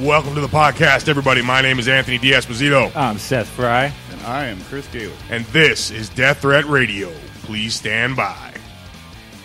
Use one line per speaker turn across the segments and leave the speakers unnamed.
Welcome to the podcast, everybody. My name is Anthony D'Esposito,
I'm Um, Seth Fry.
And I am Chris Gaylor.
and this is Death Threat Radio. Please stand by.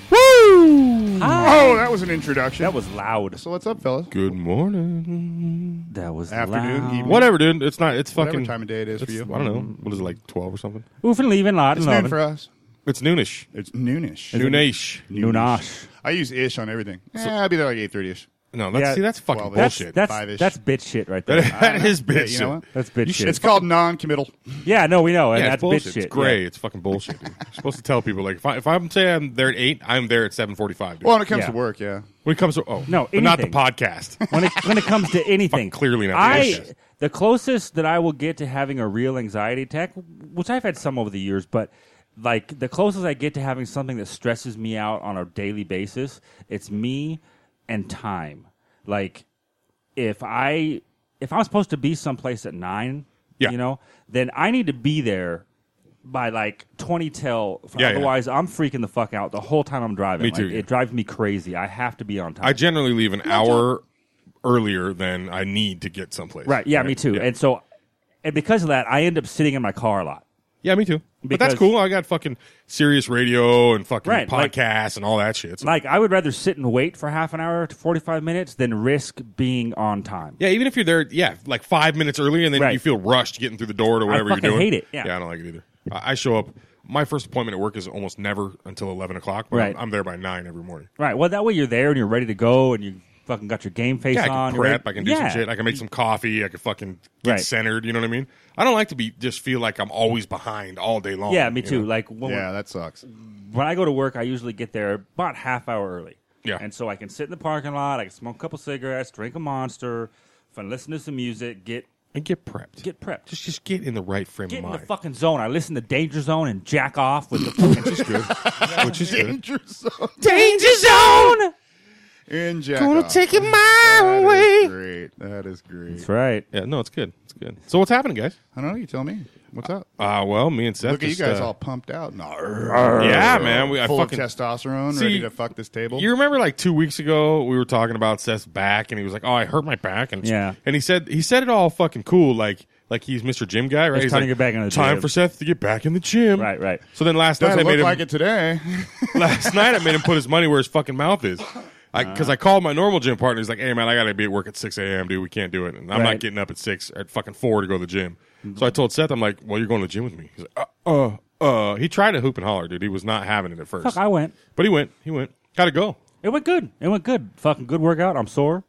Woo!
Oh, that was an introduction.
That was loud.
So what's up, fellas?
Good morning.
That was
Afternoon,
loud.
evening.
Whatever, dude. It's not. It's
Whatever
fucking
time of day it is for
it's-
you.
I don't know. What is it like? Twelve or something?
Oofing, leaving, lot, and
It's noon
loving.
for us.
It's noonish.
It's noonish.
Noonish.
Noonosh. I
I use ish on everything. Yeah, I'll be there like eight thirty ish.
No, that's
Yeah.
see, that's fucking
Well,
That's,
bullshit.
that's,
Five-ish.
that's bitch shit right there.
that is
Yeah,
bitch.
you know what?
shit.
That's bitch shit.
It's called non-committal.
yeah, no, we know. and
Yeah,
that's
it's bullshit.
bitch shit.
It's gray. It's fucking bullshit. dude. You're supposed to tell people like if, I, if I'm saying I'm there at eight, I'm there at seven forty-five.
Well, when it comes
Yeah.
to work, yeah.
when it comes to oh
No,
but not the
anything.
podcast.
Yeah. When it when it comes to anything,
Fuck, clearly not the
I
bullshit.
the closest that I will get to having a real anxiety attack, which I've had some over the years, but like the closest I get to having something that stresses me out on a daily basis, it's me and time. Like if I if I'm supposed to be someplace at nine,
Yeah.
you know, then I need to be there by like twenty till.
Yeah, yeah.
otherwise, I'm freaking the fuck out the whole time I'm driving.
Me
Like,
too, yeah.
It drives me crazy. I have to be on time.
I generally leave an hour earlier than I need to get someplace.
right? Yeah, me too.
Yeah.
And so, and because of that, I end up sitting in my car a lot.
yeah, me too. but
Because-
that's cool. I got fucking serious radio and fucking
Right, like-
podcasts and all that shit. so-
Like I would rather sit and wait for half an hour to forty five minutes than risk being on time.
Yeah, even if you're there, yeah, like five minutes earlier, and then
Right.
you feel rushed getting through the door to whatever
fucking
you're doing.
hate it, yeah.
I don't like it either. I, I show up. My first appointment at work is almost never until eleven o'clock. But
Right.
I'm, I'm there by nine every morning.
Right. Well, that way you're there and you're ready to go, and you fucking got your game face
Yeah, I
on.
can
you're ready-
prep. I can do
Yeah.
some shit. I can make some coffee. I can fucking get
Right.
centered. You know what I mean? I don't like to be just feel like I'm always behind all day long.
yeah, me
you
too.
know?
Like when we're
Yeah, that sucks.
when I go to work, I usually get there about half hour early.
Yeah.
And so I can sit in the parking lot, I can smoke a couple cigarettes, drink a monster, fun, listen to some music, get
and get prepped.
get prepped.
just just get in the right frame of
get in the
mind,
fucking zone. I listen to Danger Zone and jack off with the fucking
which is good. which is good.
Danger zone.
Danger Zone.
In Jack off.
it my
That is great. That is great.
That's right.
Yeah, no, it's good. It's good. So what's happening, guys?
I don't know. You tell me. What's up?
Uh well, me and Seth.
Look at you
just,
guys
uh,
all pumped out. and
Yeah, man. We, I
full
fucking,
of testosterone,
See,
ready to fuck this table.
You remember like two weeks ago we were talking about Seth's back, and he was like, "Oh, I hurt my back," and
Yeah.
and he said he said it all fucking cool, like like he's Mr. Gym guy, right?
It's
he's
time
like,
to get back in the
time
gym."
for Seth to get back in the gym,
Right, right.
So then last night I
Doesn't
made
look
him
like it today.
last night I made him put his money where his fucking mouth is.
Uh-huh.
Because I, called my normal gym partner. He's like, hey, man, I got to be at work at 6 a.m., dude. We can't do it. And I'm
Right. Mm-hmm.
not getting up at 6 or at fucking 4 to go to the gym. So I told Seth, I'm like, well, you're going to the gym with me. He's like, uh, uh, uh. He tried to hoop and holler, dude. He was not having it at first.
Fuck, I went.
But he went. He went. Gotta go.
It went good. It went good. Fucking good workout. I'm sore.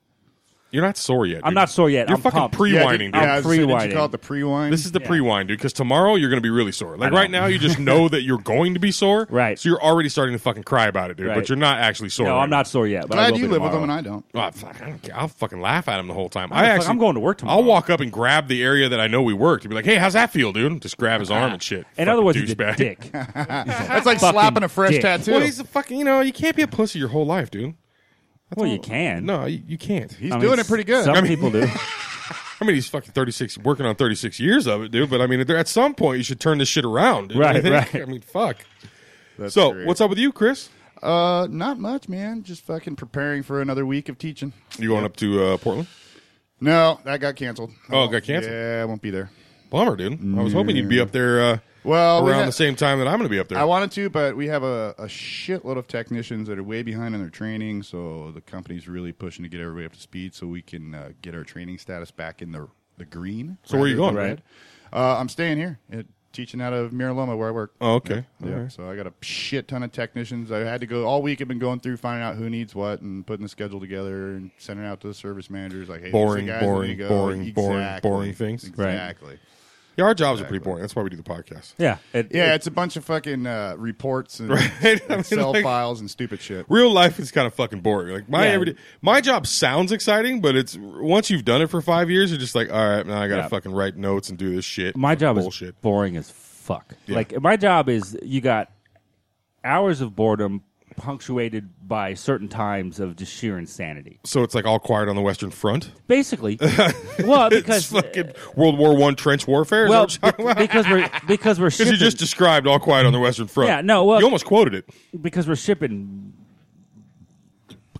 You're not sore yet.
I'm
dude.
not sore yet.
You're
I'm
fucking
pumped.
pre
Yeah,
winding,
did,
dude.
yeah, I was gonna say, did
Pre-whining.
you call it the pre-wine?
This is the
Yeah.
pre wind, dude, because tomorrow you're going to be really sore. Like
know.
right now, you just know that you're going to be sore.
Right.
So you're already starting to fucking cry about it, dude.
Right.
But you're not actually sore.
No,
right
I'm
now.
not sore yet. But I
Glad
will
you
be
live with
tomorrow.
them and I don't.
Oh, fuck, I don't care. I'll fucking laugh at him the whole time.
the
I
fuck-
actually,
I'm going to work tomorrow.
I'll walk up and grab the area that I know we worked and be like, "Hey, how's that feel, dude?" Just grab his arm and shit.
In other
Fucking
words, he's a
douchebag.
dick.
That's like
Fucking
slapping a fresh
dick.
tattoo.
Well, he's a fucking. You know, you can't be a pussy your whole life, dude.
well, you can.
No, you, you can't.
He's
I mean,
doing it pretty good.
Some
I mean-
people do.
I mean, he's fucking thirty six, working on thirty six years of it, dude. But I mean, there- at some point, you should turn this shit around, dude.
Right,
I think-
right.
I mean, fuck.
That's
so,
great.
what's up with you, Chris?
Uh, not much, man. Just fucking preparing for another week of teaching.
You going up to uh, Portland?
No, that got canceled.
Oh, it got canceled?
Yeah, I won't be there.
Bummer, dude. I was hoping you'd be up there. Uh,
Well, we
around
had-
the same time that I'm going to be up there.
I wanted to, but we have a, a shitload of technicians that are way behind on their training, so the company's really pushing to get everybody up to speed so we can uh, get our training status back in the the green.
So where are you
rather
going?
than red. Uh, I'm staying here, at, teaching out of Miraloma where I work.
oh, okay.
Yeah, so I got a shit ton of technicians. I had to go all week. I've been going through finding out who needs what and putting the schedule together and sending it out to the service managers. Like, hey, these are
Boring,
the guys that
boring,
need to go.
boring, boring, boring things.
Right.
Exactly.
Yeah, our jobs are pretty boring. That's why we do the podcast.
Yeah. It,
Yeah, it's a bunch of fucking uh, reports and
I mean,
Excel
like,
files and stupid shit.
Real life is kind of fucking boring. Like my
Yeah.
everyday, my job sounds exciting, but it's once you've done it for five years, you're just like, all right, now I gotta
Yeah.
fucking write notes and do this shit.
my
Fucking
job
bullshit.
is boring as fuck. Like my job is you got hours of boredom punctuated by certain times of just sheer insanity.
so it's like all quiet on the Western Front.
Basically, well,
It's
because uh,
fucking World War One trench warfare.
well,
Is that what you're talking about?
because we're because we're
'Cause
shipping,
you just described all quiet on the Western Front.
Yeah, no, well-
you almost quoted it.
because we're shipping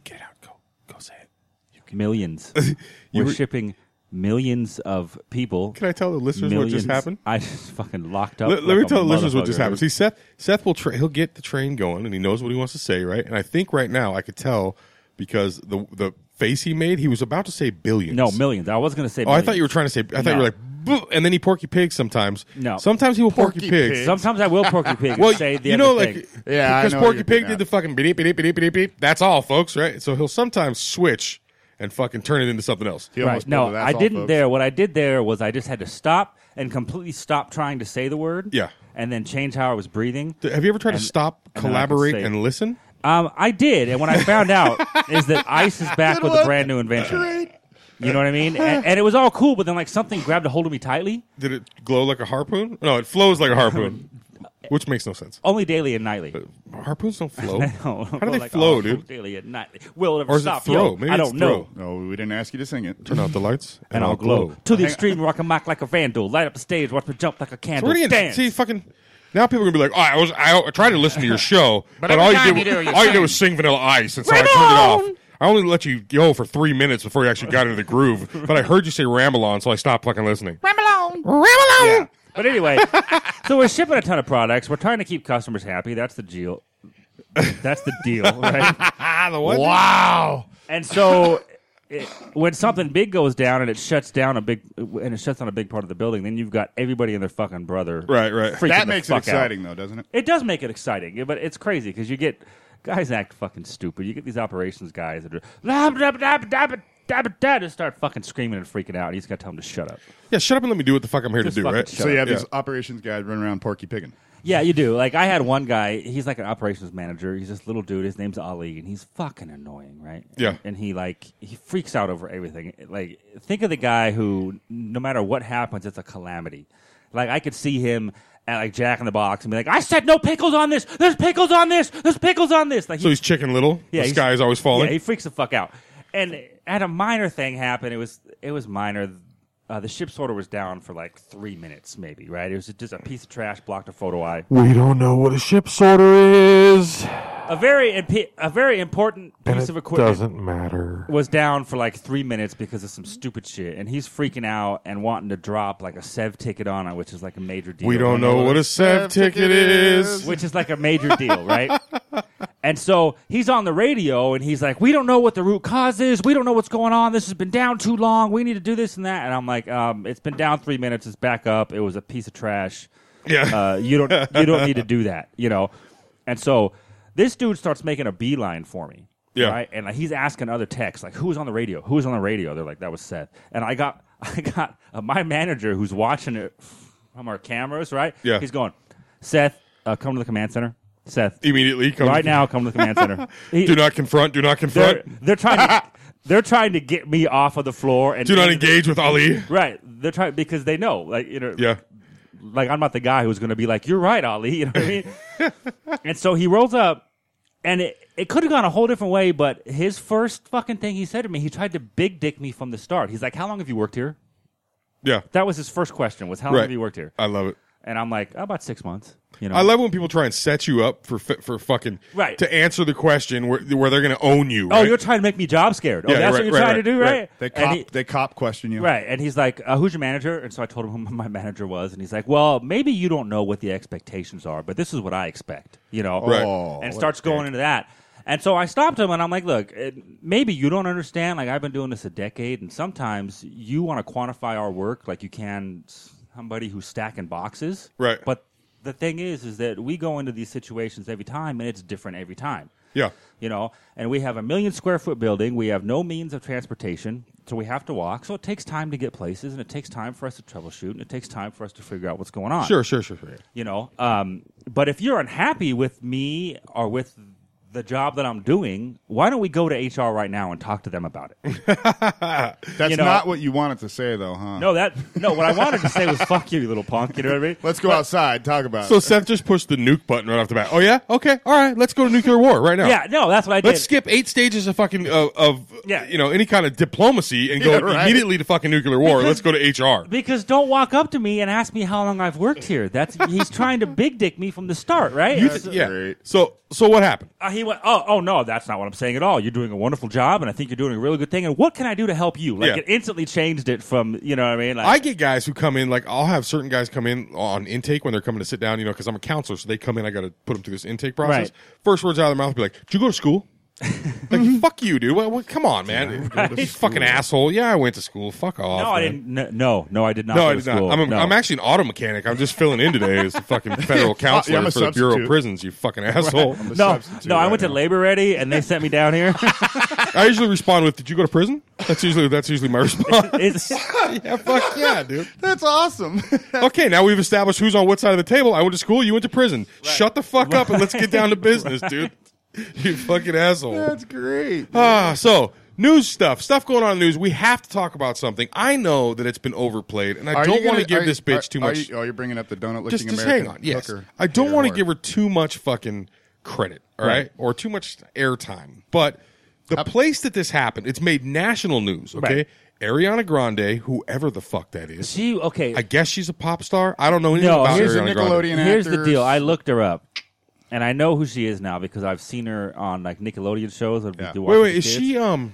Get out. Go. Go say it. You
fuck.
Millions.
You
We're
were-
shipping millions of people.
Can I tell the listeners
millions.
what just happened?
I just fucking locked up.
Let, let
like
me
a
tell the listeners what just
motherfucker.
happened. See, Seth, Seth will tra- he'll get the train going, and he knows what he wants to say, right? And I think right now I could tell because the the face he made, he was about to say billions.
No, millions. I was gonna
Oh,
say.
I
millions.
thought you were trying to say. I thought you
No.
were like, "Boo," and then he porky pig sometimes.
No.
sometimes he will porky,
Porky
pig.
Pig.
Sometimes I will porky pig. and
Well,
say the
you know,
other
like
thing.
Yeah, I
because
know what
Porky
you're
Pig
getting
did
at.
the fucking beep beep beep beep beep. That's all, folks, right? So he'll sometimes switch and fucking turn it into something else.
He
Right.
almost
No,
pulled a that's
I
all,
didn't
folks.
there. What I did there was I just had to stop and completely stop trying to say the word.
Yeah.
And then change how I was breathing.
Have you ever tried to stop,
and then I can
collaborate,
say-
and listen?
Um, I did, and when I found out is that ice is back
Good
with a
one.
brand new invention. You know what I mean? And, and it was all cool, but then like something grabbed a hold of me tightly.
Did it glow like a harpoon? No, it flows like a harpoon, which makes no sense.
Only daily and nightly.
Harpoons don't flow. How
No,
do
but,
they
like,
flow,
oh,
dude?
Daily and nightly. Will it ever
Or is it
stop?
throw?
Yo,
Maybe
I
it's
don't know.
throw.
No, we didn't ask you to sing it.
Turn out the lights,
And I'll glow. to the extreme, rock and mock like a vandal. Light up the stage, watch me jump like a
So
candle.
we're gonna get,
Dance.
see fucking. Now people are gonna be like, oh, I was I, I tried to listen to your show, but, all you did was, all you did was sing Vanilla Ice, and so I turned it off. I only let you go for three minutes before you actually got into the groove. But I heard you say ramble on, so I stopped fucking listening.
But anyway, so we're shipping a ton of products. We're trying to keep customers happy. That's the deal. That's the deal, right?
Ah, the what?
Wow.
And so it, when something big goes down and it shuts down a big and it shuts down a big part of the building, then you've got everybody and their fucking brother.
Right, right.
freaking
That
the
makes it
fuck out.
exciting, though, doesn't it?
It does make it exciting, yeah, but it's crazy because you get guys act fucking stupid. You get these operations guys that are "Lah, blah, blah, blah, blah, blah, blah," just start fucking screaming and freaking out. And he's got to tell them to shut up.
Yeah, shut up and let me do what the fuck I'm here
Just
to do,
fucking
right?
shut
So you
up.
have
Yeah.
these operations guys running around porky pigging.
Yeah, you do. Like I had one guy. He's like an operations manager. He's this little dude. His name's Ali, and he's fucking annoying, right?
Yeah.
And he like he freaks out over everything. Like think of the guy who, no matter what happens, it's a calamity. Like I could see him at like Jack in the Box and be like, "I said no pickles on this. There's pickles on this. There's pickles on this." Like
So he's chicken little. the
he's-
sky is always falling.
Yeah, he freaks the fuck out. And I had a minor thing happen. It was it was minor. Uh, the ship's order was down for like three minutes, maybe. Right? It was just a piece of trash blocked a photo eye.
We don't know what a ship's order is.
A very imp- a very important
And
piece
it
of equipment
doesn't matter.
was down for like three minutes because of some stupid shit, and he's freaking out and wanting to drop like a Sev ticket on it, which is like a major deal.
we don't know what a Sev ticket is.
which is like a major deal, right? And so he's on the radio and he's like, "We don't know what the root cause is. We don't know what's going on. This has been down too long. We need to do this and that." And I'm like, um, "It's been down three minutes. It's back up. It was a piece of trash.
Yeah.
uh, you don't you don't need to do that. You know." And so this dude starts making a beeline for me.
Yeah.
Right? And like, he's asking other techs, like, who was on the radio? Who was on the radio? They're like, that was Seth. And I got, I got uh, my manager who's watching it from our cameras, right?
Yeah.
He's going, Seth, uh, come to the command center. Seth,
Immediately comes
right now, come to the command center. He-
Do not confront. Do not
they're,
confront.
they're trying. To, they're trying to get me off of the floor and
Do not
into the-
engage with Ali.
Right. They're trying because they know, like you know,
Yeah.
like I'm not the guy who's going to be like, "You're right, Ali." You know what I mean? and so he rolls up, and it, it could have gone a whole different way. But his first fucking thing he said to me, he tried to big dick me from the start. He's like, "How long have you worked here?"
Yeah.
That was his first question. Was how long
Right.
have you worked here?
I love it.
And I'm like, about six months. You know,
I love when people try and set you up for fi- for fucking
Right.
to answer the question where where they're going to own you.
Oh,
right?
you're trying to make me job scared. Oh,
Yeah,
that's
right,
what you're
right,
trying
right,
to do,
right.
right?
They
And
cop,
he-
they cop question you.
Right, and he's like, uh, "Who's your manager?" And so I told him who my manager was, and he's like, "Well, maybe you don't know what the expectations are, but this is what I expect, you know."
Right.
Oh,
and
what
starts going into that, and so I stopped him, and I'm like, "Look, it, maybe you don't understand. Like I've been doing this a decade, and sometimes you want to quantify our work like you can somebody who's stacking boxes,
Right.
But the thing is, is that we go into these situations every time, and it's different every time
yeah.
you know and we have a million square foot building we have no means of transportation so we have to walk so it takes time to get places and it takes time for us to troubleshoot and it takes time for us to figure out what's going on
Sure, sure, sure, sure.
you know um, but if you're unhappy with me or with the job that i'm doing why don't we go to hr right now and talk to them about it
That's
You know-
not what you wanted to say, though, huh?
no that no what i wanted to say was fuck you you little punk you know what i mean
Let's go outside. Talk about
So
it.
Seth just pushed the nuke button right off the bat. Oh yeah, okay, all right. Let's go to nuclear war right now.
yeah no that's what i did
Let's skip eight stages of fucking of, of
Yeah.
you know any kind of diplomacy and go
Yeah, right.
immediately to fucking nuclear war. Let's go to HR.
because don't walk up to me and ask me how long i've worked here that's he's trying to big dick me from the start right
You-
It's-
yeah.
great.
So so what happened?
Uh, he anyway, oh, oh no, that's not what I'm saying at all. You're doing a wonderful job, and I think you're doing a really good thing. And what can I do to help you? Like
Yeah.
it instantly changed it from you know what I mean. Like,
I get guys who come in, like, I'll have certain guys come in on intake when they're coming to sit down, you know, because I'm a counselor. So they come in, I got to put them through this intake process.
Right.
First words out of their mouth be like, Did you go to school? like, fuck you, dude. What, what, come on, man. You fucking asshole. Yeah, I went to school. Fuck off.
no, I
man.
didn't. No, no, no, I did not.
No,
go
I
to
did not.
school.
I'm, a,
No.
am actually an auto mechanic. I'm just filling in today as the fucking federal counselor
I'm a
for the Bureau of
substitute.
Prisons, you fucking asshole.
I'm a
no,
substitute
no. I
right
went to
now.
labor ready, and they sent me down here.
I usually respond with, Did you go to prison? That's usually that's usually my response.
It's-
yeah, fuck yeah, dude.
That's awesome.
Okay, now we've established who's on what side of the table. I went to school, you went to prison. Shut the fuck up and let's get down to business, dude. You fucking asshole.
That's great.
Ah, so news stuff, stuff going on in the news. We have to talk about something. I know that it's been overplayed, and I
Are you
don't want to
gonna-
give
are-
this bitch
are-
too
are
much.
you- oh, you're bringing up the donut looking
just,
American
just hang on. Yes,
hooker.
I don't
Either
want
or.
to give her too much fucking credit, all right, or too much airtime. But the place that this happened, it's made national news. Okay,
Right.
Ariana Grande, whoever the fuck that is,
she okay.
I guess she's a pop star. I don't know anything
No,
about
here's
Ariana
a
Grande.
Nickelodeon
Here's the
actors.
deal. I looked her up, and I know who she is now because I've seen her on like Nickelodeon shows. that we
Yeah.
do
Wait,
watch
wait, is
with kids.
she um?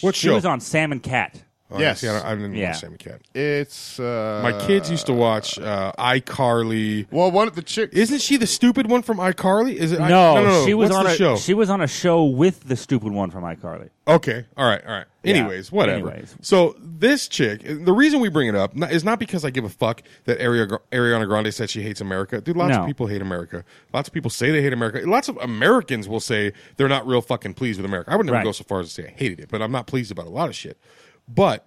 What
she
show?
was on Sam and Cat.
Oh,
Yes.
see, I, don't- I didn't
Yeah.
watch Sammy Cat.
It's uh,
My kids used to watch uh, iCarly.
Well, one of the chick.
Isn't she the stupid one from iCarly? Is it? I-
No, she was
What's
on
the
a
show.
She was on a show with the stupid one from iCarly.
Okay. All right. All right. Anyways, whatever.
Anyways.
So this chick, the reason we bring it up not- is not because I give a fuck that Ari- Ariana Grande said she hates America. Dude, lots
No.
of people hate America. Lots of people say they hate America. Lots of Americans will say they're not real fucking pleased with America. I would never
Right.
go so far as to say I hated it, but I'm not pleased about a lot of shit. But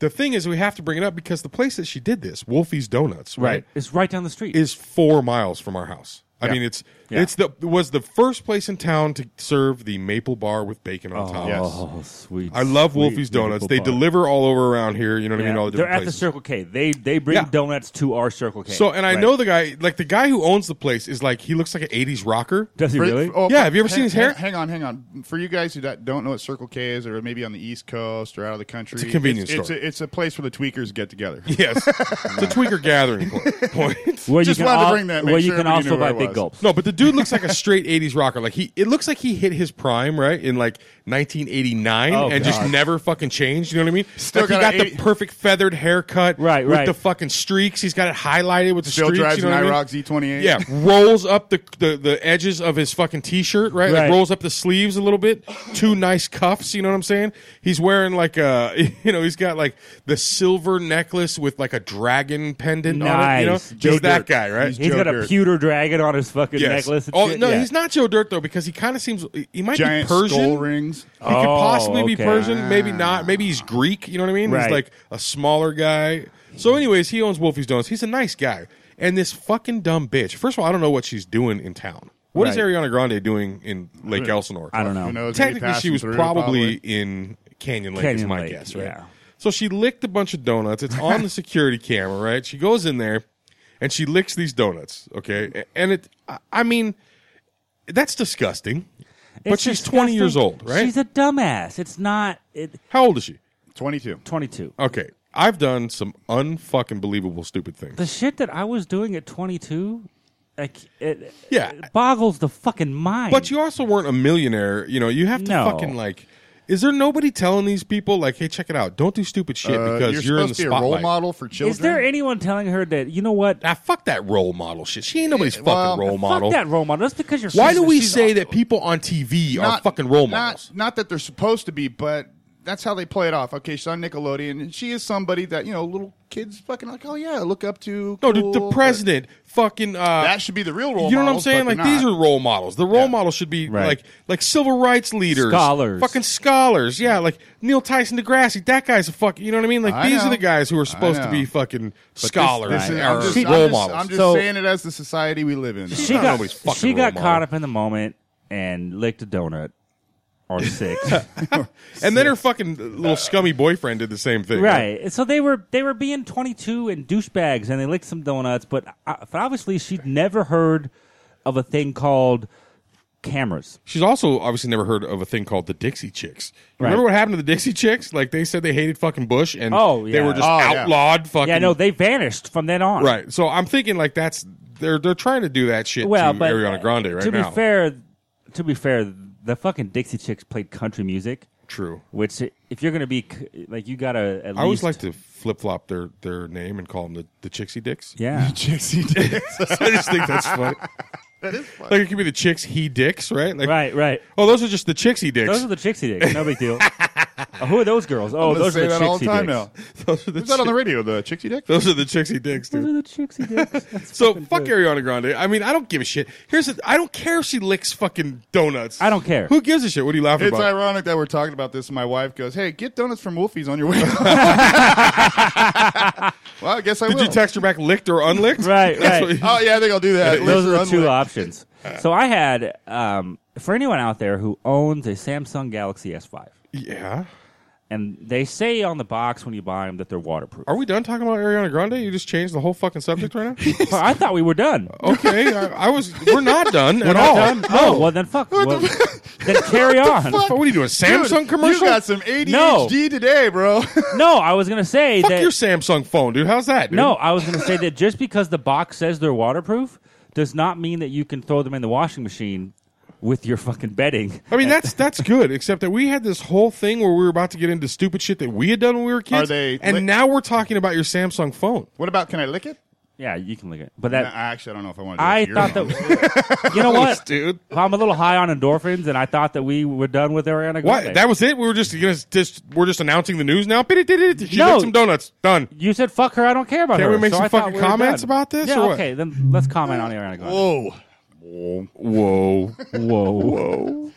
the thing is, we have to bring it up because the place that she did this, Wolfie's Donuts, right?
It's right down the street.
is four miles from our house. I mean, it's
Yeah.
it's the was the first place in town to serve the maple bar with bacon on top.
oh, sweet.
I love
sweet
Wolfie's Donuts.
maple
They
pie.
deliver all over around here. You know what I mean?
Yeah.
All the
They're
different
at the
places.
Circle K. They they bring
Yeah.
donuts to our Circle K.
So, and I
Right.
know the guy, like the guy who owns the place, is like he looks like an '80s rocker.
Does he
for-
really?
oh,
Yeah,
for-
have you ever seen
hang-
his hair?
Hang on, hang on. For you guys who don't don't know what Circle K is, or maybe on the East Coast or out of the country,
It's a convenience
it's,
store.
It's a, it's a place where the tweakers get together.
Yes, it's a tweaker gathering po- point.
where
just
you can
wanted to
al-
bring that, make
Where you
sure
can
everybody
also
knew where
buy
it
big
was.
gulps.
No, but the dude looks like a straight '80s rocker. Like he, it looks like he hit his prime right in like 1989
Oh,
and just
God.
never fucking changed. You know what I mean?
Still
like he
got
got
a
the
80
perfect feathered haircut,
Right,
With
right.
the fucking streaks, he's got it highlighted with the
Still
streaks.
drives E
you know
an
what I mean?
IROC Z28.
Yeah, rolls up the, the the edges of his fucking t-shirt, right? Like
Right.
rolls up the sleeves a little bit. Two nice cuffs, you know what I'm saying? He's wearing like a you know, he's got like the silver necklace with like a dragon pendant on it, you know?
Nice.
Just
Joe
that
Dirt.
guy, right?
He's got a pewter dragon on his fucking
Yes.
necklace. and
Oh,
shit.
no,
Yeah.
he's not Joe Dirt though because he kind of seems he might
Giant
be Persian.
skull rings.
He could
Oh,
possibly be
okay. Ah.
Persian, maybe not. Maybe he's Greek. You know what I mean? He's
Right.
like a smaller guy. So, anyways, he owns Wolfie's Donuts. He's a nice guy. And this fucking dumb bitch. First of all, I don't know what she's doing in town. What is
Right.
Ariana Grande doing in Lake Elsinore?
I don't know.
Who knows? maybe
Technically, she
passing
was
through,
probably in Canyon Lake, is
Canyon
my
Lake,
guess, right?
yeah.
So she licked a bunch of donuts. It's on the security camera, right? She goes in there and she licks these donuts, okay? A- And it, I- I mean, that's disgusting. but
It's
she's 20
disgusting.
years old, right?
She's a dumbass. It's not it,
How old is she?
Twenty-two.
22.
Okay, I've done some unfucking believable stupid things.
The shit that I was doing at 22, like it,
Yeah.
it boggles the fucking mind.
But you also weren't a millionaire. You know, you have to
No.
fucking like. Is there nobody telling these people like, hey, check it out? Don't do stupid shit
Uh,
because
you're,
you're, in the
supposed to be a role
spotlight.
model for children.
Is there anyone telling her that you know what?
Ah, fuck that role model shit. She ain't nobody's
well,
fucking role model.
Fuck that role model. That's because you're.
Why do we
she's-
say that people on TV are fucking role models?
Not, not that they're supposed to be, but that's how they play it off. Okay, she's on Nickelodeon, and she is somebody that you know little kids fucking like. Oh yeah, look up to.
no, dude, the
cool, but
president fucking. Uh,
That should be the real role.
you know what I'm
models, but
saying?
they're
Like these
not.
are role models. The role model should be
Right.
like like civil rights leaders,
Scholars.
fucking scholars. Yeah, like Neil Tyson DeGrassi. That guy's a fuck. You know what I mean? Like
I
these are
know.
the guys who are supposed to
know.
be fucking
But this-
scholars
this is-
or
I'm just- I'm
role
just-
models.
I'm just
So-
saying it as the society we live in.
She
not
got
nobody's fucking
she
role
got
model.
caught up in the moment and licked a donut or six.
and then her fucking little scummy boyfriend did the same thing.
right. So they were they were being 22 and douchebags and they licked some donuts, but, uh, but obviously she'd never heard of a thing called cameras.
She's also obviously never heard of a thing called the Dixie Chicks. You
Right.
Remember what happened to the Dixie Chicks? Like they said they hated fucking Bush and
Oh,
they
yeah.
were just
Oh, yeah.
outlawed fucking
Yeah, no, they vanished from then on.
Right. So I'm thinking like that's they're they're trying to do that shit
Well,
to
but
Ariana Grande right
to
now.
be fair, to be fair, the fucking Dixie Chicks played country music,
True.
which if you're gonna be c- like, you gotta at least.
I always like to flip flop their, their name and call them the, the Chicksy Dicks.
Yeah,
Jixie did.
I just think that's funny. Like it could be the Chicks He Dicks, right? Like,
right, right.
Oh, those are just the Chicksy Dicks.
Those are the Chixie dicks. No big deal. Oh, who are those girls? Oh, those
Let's say
are the
that
Chixie
all the time
dicks.
now.
those are the
Who's that on the
Chick-
radio? The Chicksy Dick?
those are the Chicksy Dicks, dude.
Those are the Chixie dicks. That's
So
fucking
fuck
good.
Ariana Grande. I mean, I don't give a shit. Here's the, I don't care if she licks fucking donuts.
I don't care.
Who gives a shit? What are you laughing
It's
about?
ironic that we're talking about this. My wife goes, "Hey, get donuts from Wolfie's on your way." home." well, I guess I
Did
will.
you text her back licked or unlicked?
Right,
That's
right.
what-
oh yeah, I think I'll do that.
Those are the
Let's
two
run
options. So I had um, for anyone out there who owns a Samsung Galaxy S5,
Uh,
yeah.
and they say on the box when you buy them that they're waterproof.
Are we done talking about Ariana Grande? You just changed the whole fucking subject right now.
Well, I thought we were done.
okay, I, I was. We're Oh, not done at all.
Oh, well then fuck. Well, then carry on.
Fuck, What are you doing? a
with-
Samsung
Dude,
commercial?
You got some ADHD
No.
today, bro.
No, I was gonna say
Fuck
that.
your Samsung phone, dude. How's that? Dude?
No, I was going to say that just because the box says they're waterproof does not mean that you can throw them in the washing machine with your fucking bedding.
I mean that's that's good, except that we had this whole thing where we were about to get into stupid shit that we had done when we were kids,
Are they
and
lick-
now we're talking about your Samsung phone.
what about? Can I lick it?
Yeah, you can lick it. But
I
that
actually, I don't know if I want to.
I thought that you know what?
dude.
I'm a little high on endorphins, and I thought that we were done with Ariana Grande.
What? That was it? We were just gonna just we're just announcing the news now. She
No.
licked some donuts. Done.
you said fuck her. I don't care about
Can
her.
we make
so
some
I thought
fucking
we were
comments
done.
about this,
Yeah,
or what?
okay. Then let's comment on Ariana Grande.
Whoa,
Whoa.
Whoa, whoa!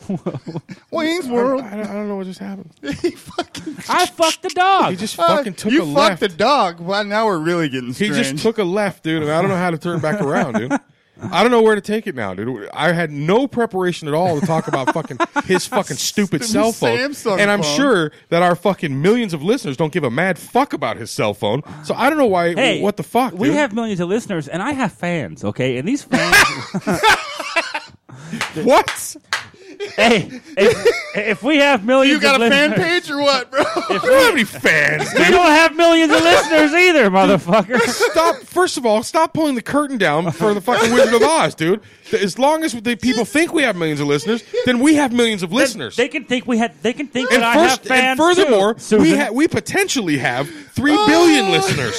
Wayne's
I
World.
don't, I don't know what just happened.
he fucking,
I fucked the dog.
He just fucking
Uh,
took
you
a
fucked
left.
the dog. Well, now we're really getting
he
strange.
just took a left, dude, and I don't know how to turn back around, dude. I don't know where to take it now, dude. I had no preparation at all to talk about fucking his fucking stupid
Stupid
cell phone,
Samsung
and I'm
phone.
sure that our fucking millions of listeners don't give a mad fuck about his cell phone. So I don't know why.
Hey,
what the fuck?
We
dude?
have millions of listeners, and I have fans. Okay, and these fans.
what?
hey, if, if we have millions,
You got
of
a fan
listeners,
page or what, bro?
We don't have any fans.
We don't have millions of listeners either, motherfucker.
Stop! First of all, stop pulling the curtain down for the fucking Wizard of Oz, dude. As long as the people think we have millions of listeners, then we have millions of listeners.
They can think we had. They can think
and
that I have
first, and
fans
furthermore,
too. Susan.
we ha- we potentially have three billion listeners.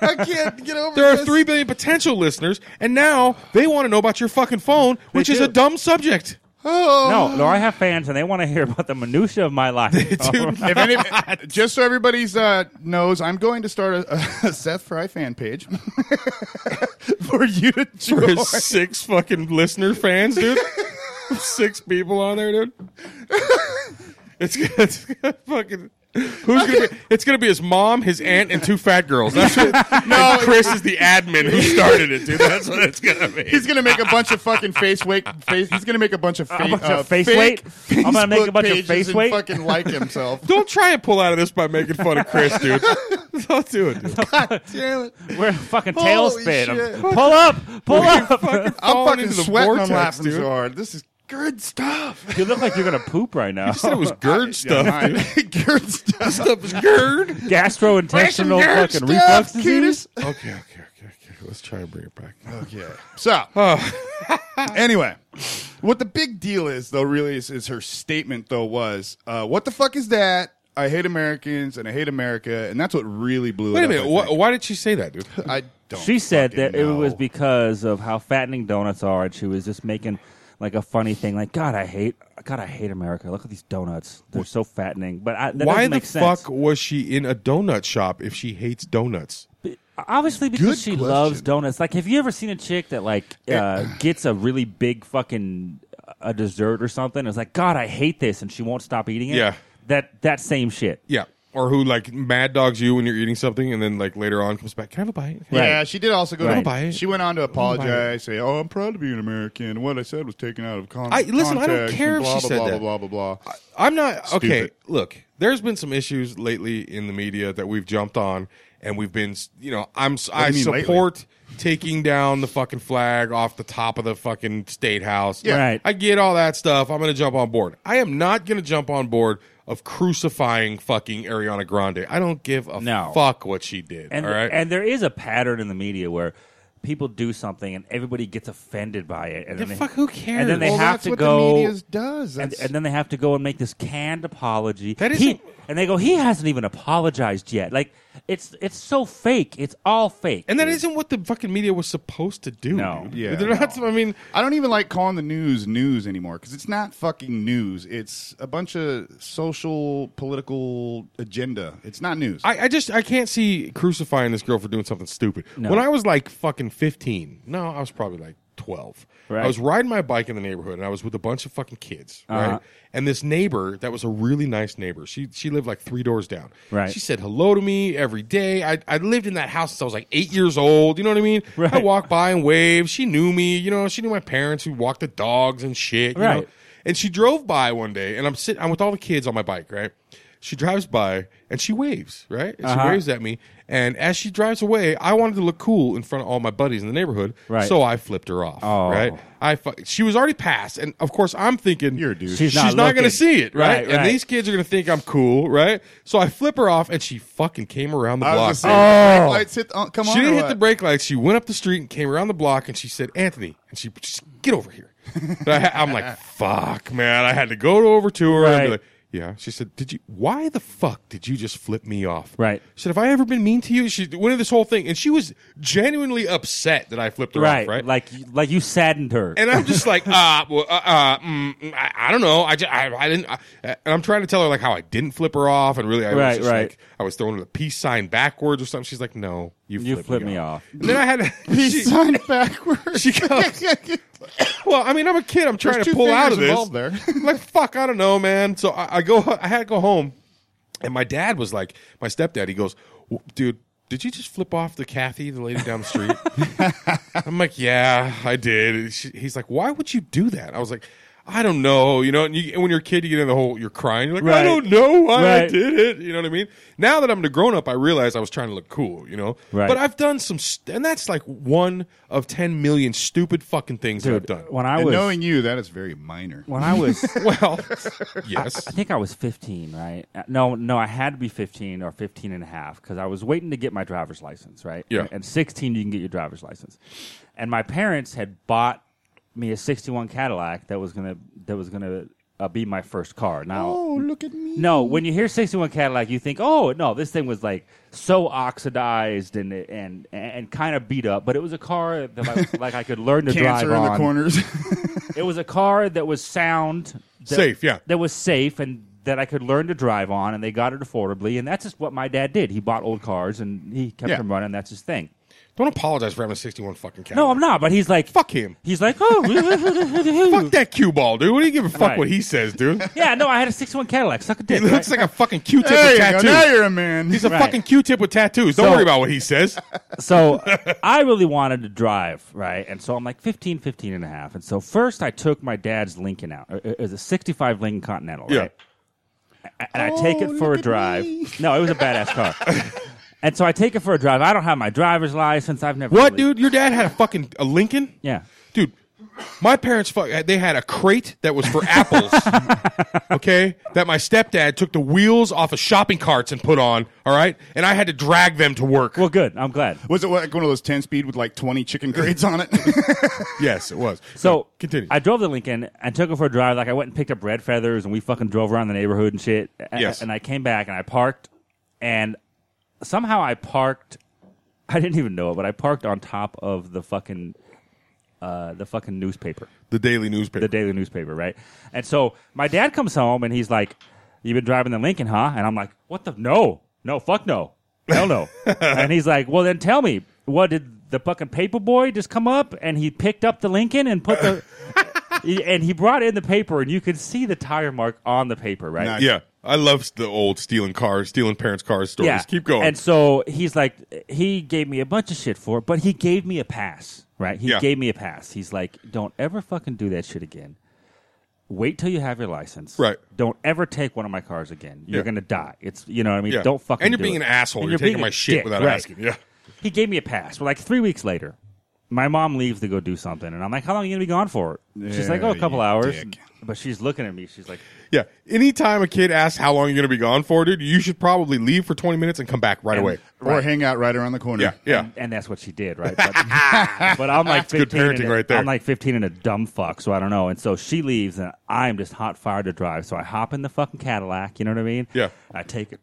I can't get over
There are
this.
three billion potential listeners, and now they want to know about your fucking phone, which is
do.
a dumb subject.
Oh.
no, no, I have fans, and they want to hear about the minutia of my life.
Dude,
If any, just so everybody's uh, knows, I'm going to start a, a Seth Fry fan page for you to
for
join.
his six fucking listener fans, dude. six people on there, dude. It's gonna, it's gonna fucking. Who's gonna be? It's gonna be his mom, his aunt, and two fat girls. That's what, no, Chris is the admin who started it, dude. That's what it's gonna be.
He's gonna make a bunch of fucking face wake. Face, he's gonna make a bunch of, fa-
A bunch
uh,
of face
fake
weight. I'm gonna make a
Facebook
bunch of
pages
face
and
weight.
Fucking like himself.
Don't try and pull out of this by making fun of Chris, dude. Don't do it. Dude.
Damn it!
We're a fucking
Holy
tailspin.
shit.
Pull up, pull up.
I'm
Falling
fucking
into the
sweating.
vortex,
I'm laughing
dude.
so hard. This is good stuff.
you look like you're gonna poop right now.
Said it was GERD stuff.
Mine.
dude.
good stuff.
Stuff is GERD.
Gastrointestinal
Good
fucking reflux
stuff,
disease.
cutis.
Okay, okay, okay, okay. Let's try and bring it back.
Okay. So,
Oh.
anyway, what the big deal is, though, really is, is her statement, though, was, uh, what the fuck is that? I hate Americans and I hate America. And that's what really blew
Wait
it
a minute.
Up,
Wh- why did she say that, dude?
I, think. I don't.
She said
fucking
that it
know.
was because of how fattening donuts are, and she was just making like a funny thing, like God, I hate, God, I hate America. Look at these donuts; they're so fattening. But I, that
Why
doesn't
the
make sense.
fuck was she in a donut shop if she hates donuts?
Obviously, because
Good
she
question.
loves donuts. Like, have you ever seen a chick that like uh, gets a really big fucking uh, a dessert or something? It's like, God, I hate this, and she won't stop eating it.
Yeah.
that that same shit.
Yeah. Or who like mad dogs you when you're eating something and then like later on comes back, Can I have a bite? Can I-
Yeah,
Right.
she did also go
Right.
to
Don't
buy it.
She went on to
buy
apologize, say, "Oh, I'm proud to be an American. What I said was taken out of con-
I- listen, I don't
context
care
and
if
blah,
she
blah,
said
blah,
that.
blah blah blah blah."
I'm not okay.
Stupid.
Look, there's been some issues lately in the media that we've jumped on and we've been you know, I'm I
do you mean lately?
support taking down the fucking flag off the top of the fucking state house.
Yeah.
Right.
I get all that stuff. I'm going to jump on board. I am not going to jump on board of crucifying fucking Ariana Grande. I don't give a
No.
fuck what she did.
And
all right.
and there is a pattern in the media where people do something and everybody gets offended by it, and
The
then they,
fuck, who cares?
And then they
Well,
have
that's
to
what
go.
the media does.
and,
That's-
and then they have to go and make this canned apology.
That
He-
isn't-
and they go, he hasn't even apologized yet. Like it's it's so fake. It's all fake.
And that
dude.
isn't what the fucking media was supposed to do.
No.
dude.
Yeah,
They're not.
no.
I mean,
I don't even like calling the news news anymore because it's not fucking news. It's a bunch of social political agenda. It's not news.
I, I just I can't see crucifying this girl for doing something stupid.
No.
When I was like fucking fifteen, no, I was probably like twelve.
Right.
I was riding my bike in the neighborhood, and I was with a bunch of fucking kids,
Uh-huh.
right? And this neighbor that was a really nice neighbor. She she lived like three doors down.
Right.
She said hello to me every day. I I lived in that house since I was like eight years old. You know what I mean?
Right.
I walked by and waved. She knew me. You know, she knew my parents who walked the dogs and shit. you know?
Right.
And she drove by one day, and I'm sitting. I'm with all the kids on my bike, right? She drives by and she waves, right? And
Uh-huh.
She waves at me, and as she drives away, I wanted to look cool in front of all my buddies in the neighborhood,
Right.
So I flipped her off,
Oh.
right? I fu- she was already passed, and of course I'm thinking
You're a douche.
She's
She's
not
not, going
looking.
to see it, right?
Right,
And
right.
these kids are going to think I'm cool, right? So I flip her off, and she fucking came around the
I
block.
was gonna say,
Oh.
brake lights hit the- come on.
She
or
didn't hit
what?
the brake lights. She went up the street and came around the block, and she said, "Anthony," and she just get over here. And I, am like, "Fuck, man!" I had to go over to her and be
Right.
like, "Yeah." She said, "Did you? Why the fuck did you just flip me off?"
Right.
She said, "Have I ever been mean to you?" She went into this whole thing, and she was genuinely upset that I flipped her
right.
off. Right.
Like like you saddened her.
And I'm just like, uh, well, uh, uh mm, mm, I, I don't know. I, just, I, I didn't. I, and I'm trying to tell her like how I didn't flip her off, and really, I
Right,
was just
right.
like, I was throwing the peace sign backwards or something. She's like, no, you
You
flipped,
flipped me off.
And then I had to, she-
Peace sign backwards.
she goes, well, I mean, I'm a kid. I'm trying
There's
to
two
pull out of
fingers
this.
involved there.
I'm like, fuck, I don't know, man. So I, I go, I had to go home, and my dad was like, my stepdad. He goes, "W- dude. Did you just flip off the Kathy, the lady down the street? I'm like, yeah, I did. She, he's like, why would you do that? I was like, I don't know, you know. And, you, and when you're a kid, you get in the whole, you're crying. You're like,
Right.
I don't know why I
Right.
did it. You know what I mean? Now that I'm a grown up, I realize I was trying to look cool, you know.
Right.
But I've done some, st- and that's like one of ten million stupid fucking things
dude,
that I've done.
when I
And
was
knowing you, that is very minor.
when I was
well,
I
yes.
think I was 15, right? Uh, No, no, I had to be 15 or 15 and a half because I was waiting to get my driver's license, right?
Yeah.
And 16, you can get your driver's license. And my parents had bought me a 61 Cadillac that was gonna that was gonna uh, be my first car. Now,
Oh,
look at me.
no, when you hear 61 Cadillac, you think, oh, no, this thing was like so oxidized and and and kind of beat up, but it was a car that like, like I could learn to drive
Cancer in
on.
the corners.
It was a car that was sound, that,
Safe, yeah.
that was safe and that I could learn to drive on, and they got it affordably, and that's just what my dad did. He bought old cars and he kept
Yeah.
them running. That's his thing.
Don't apologize for having a 61 fucking cat.
No, I'm not, but he's like,
Fuck him.
He's like, oh,
Fuck that cue ball, dude. What do you give a fuck
Right.
what he says, dude?
yeah. No, I had a '61 Cadillac. Suck a
He
dick. right?
looks like a fucking Q-tip
there
with
you go. Now
tattoos.
you're a man.
He's a
Right.
fucking Q-tip with tattoos. Don't
So-
worry about what he says.
so I really wanted to drive, right? And so I'm like 15, 15 and a half. And so first I took my dad's Lincoln out. uh, It was a 65 Lincoln Continental,
Yeah.
right? A- And I take it for a drive. No, it was a badass car. and so I take it for a drive. I don't have my driver's license. I've never.
What,
really-
dude? Your dad had a fucking a Lincoln?
Yeah.
Dude, my parents fuck, they had a crate that was for apples. okay? That my stepdad took the wheels off of shopping carts and put on, all right? And I had to drag them to work.
Well, good. I'm glad.
Was it like one of those ten speed with like twenty chicken grades on it?
yes, it was.
So
continue.
I drove the Lincoln and took it for a drive. Like I went and picked up red feathers, and we fucking drove around the neighborhood and shit. A-
Yes.
And I came back and I parked, and somehow I parked. I didn't even know it, but I parked on top of the fucking, uh, the fucking newspaper,
the daily newspaper.
the daily newspaper, right? And so my dad comes home and he's like, "You've been driving the Lincoln, huh?" And I'm like, "What the? No, no, fuck no, hell no." and he's like, "Well, then tell me, what did the fucking paper boy just come up and he picked up the Lincoln and put the." And he brought in the paper, and you could see the tire mark on the paper, right?
Nice.
yeah. I love the old stealing cars, stealing parents' cars stories. Keep going.
And so he's like, he gave me a bunch of shit for it, but he gave me a pass, right? He
Yeah.
gave me a pass. He's like, don't ever fucking do that shit again. Wait till you have your license.
Right.
Don't ever take one of my cars again. You're
Yeah.
gonna die. It's you know what I mean.
Yeah.
Don't fucking.
And you're
do
being an
it.
asshole.
And
You're taking
being
my
a
shit
dick,
without
right.
asking. Yeah.
He gave me a pass. Well, like three weeks later, my mom leaves to go do something, and I'm like, "How long are you gonna be gone for?" she's like,
Yeah,
"Oh, a couple
you
hours."
dick.
But she's looking at me. She's like,
Yeah. Anytime a kid asks how long you're going to be gone for, dude, you should probably leave for 20 minutes and come back right away.
Or hang out right around the corner.
Yeah. Yeah.
and that's what she did, right? But, but I'm like
good
15 and
parenting
a-
right there.
I'm like 15 and a dumb fuck, so I don't know. And so she leaves, and I'm just hot fired to drive. So I hop in the fucking Cadillac. You know what I mean?
Yeah.
I take it.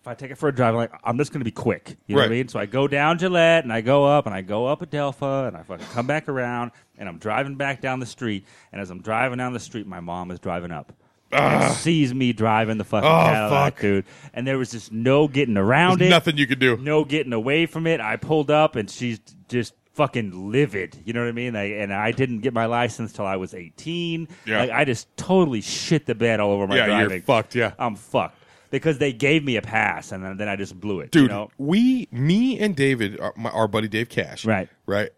If I take it for a drive, I'm like I'm just going to be quick. You know what I
Right.
mean? So I go down Gillette, and I go up, and I go up Adelpha, and I fucking come back around, and I'm driving back down the street. And as I'm driving down the street, my mom is driving up.
Ah.
And sees me driving the fucking Cadillac, dude, and there was just no getting around it
Oh, Nothing you could do.
no getting away from it. I pulled up and she's just fucking livid. You know what I mean? I, and I didn't get my license till I was 18.
Yeah.
Like I just totally shit the bed all over my
Yeah, you're
driving.
fucked, yeah.
I'm fucked because they gave me a pass and then, then I just blew it.
dude.
you know?
We, me, and David, our, my, our buddy Dave Cash,
Right.
right,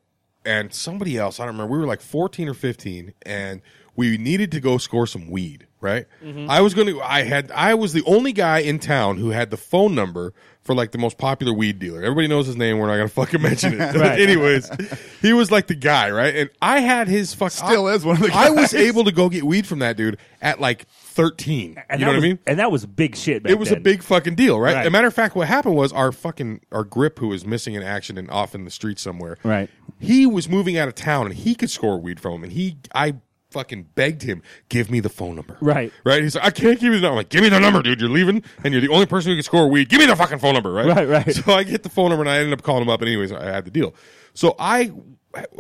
and somebody else. I don't remember. We were like fourteen or fifteen, and we needed to go score some weed. Right.
Mm-hmm.
I was going to. I had. I was the only guy in town who had the phone number for like the most popular weed dealer. Everybody knows his name. We're not going to fucking mention it.
Right.
Anyways, he was like the guy, right? And I had his fuck.
Still
I,
is one of the
I was
guys.
able to go get weed from that dude at like thirteen.
And
you
that
know
was,
what I mean?
And that was big shit. Back
it was a
then.
big fucking deal, right?
Right.
As a matter of fact, what happened was our fucking our grip, who was missing in action and off in the street somewhere,
Right.
He was moving out of town, and he could score weed from him, and he I fucking begged him, give me the phone number,
Right.
Right? He's like, I can't give you the number. I'm like, give me the number, dude. You're leaving, and you're the only person who can score weed. Give me the fucking phone number, right?
Right, right.
So I get the phone number, and I ended up calling him up. And anyways, I had the deal. So I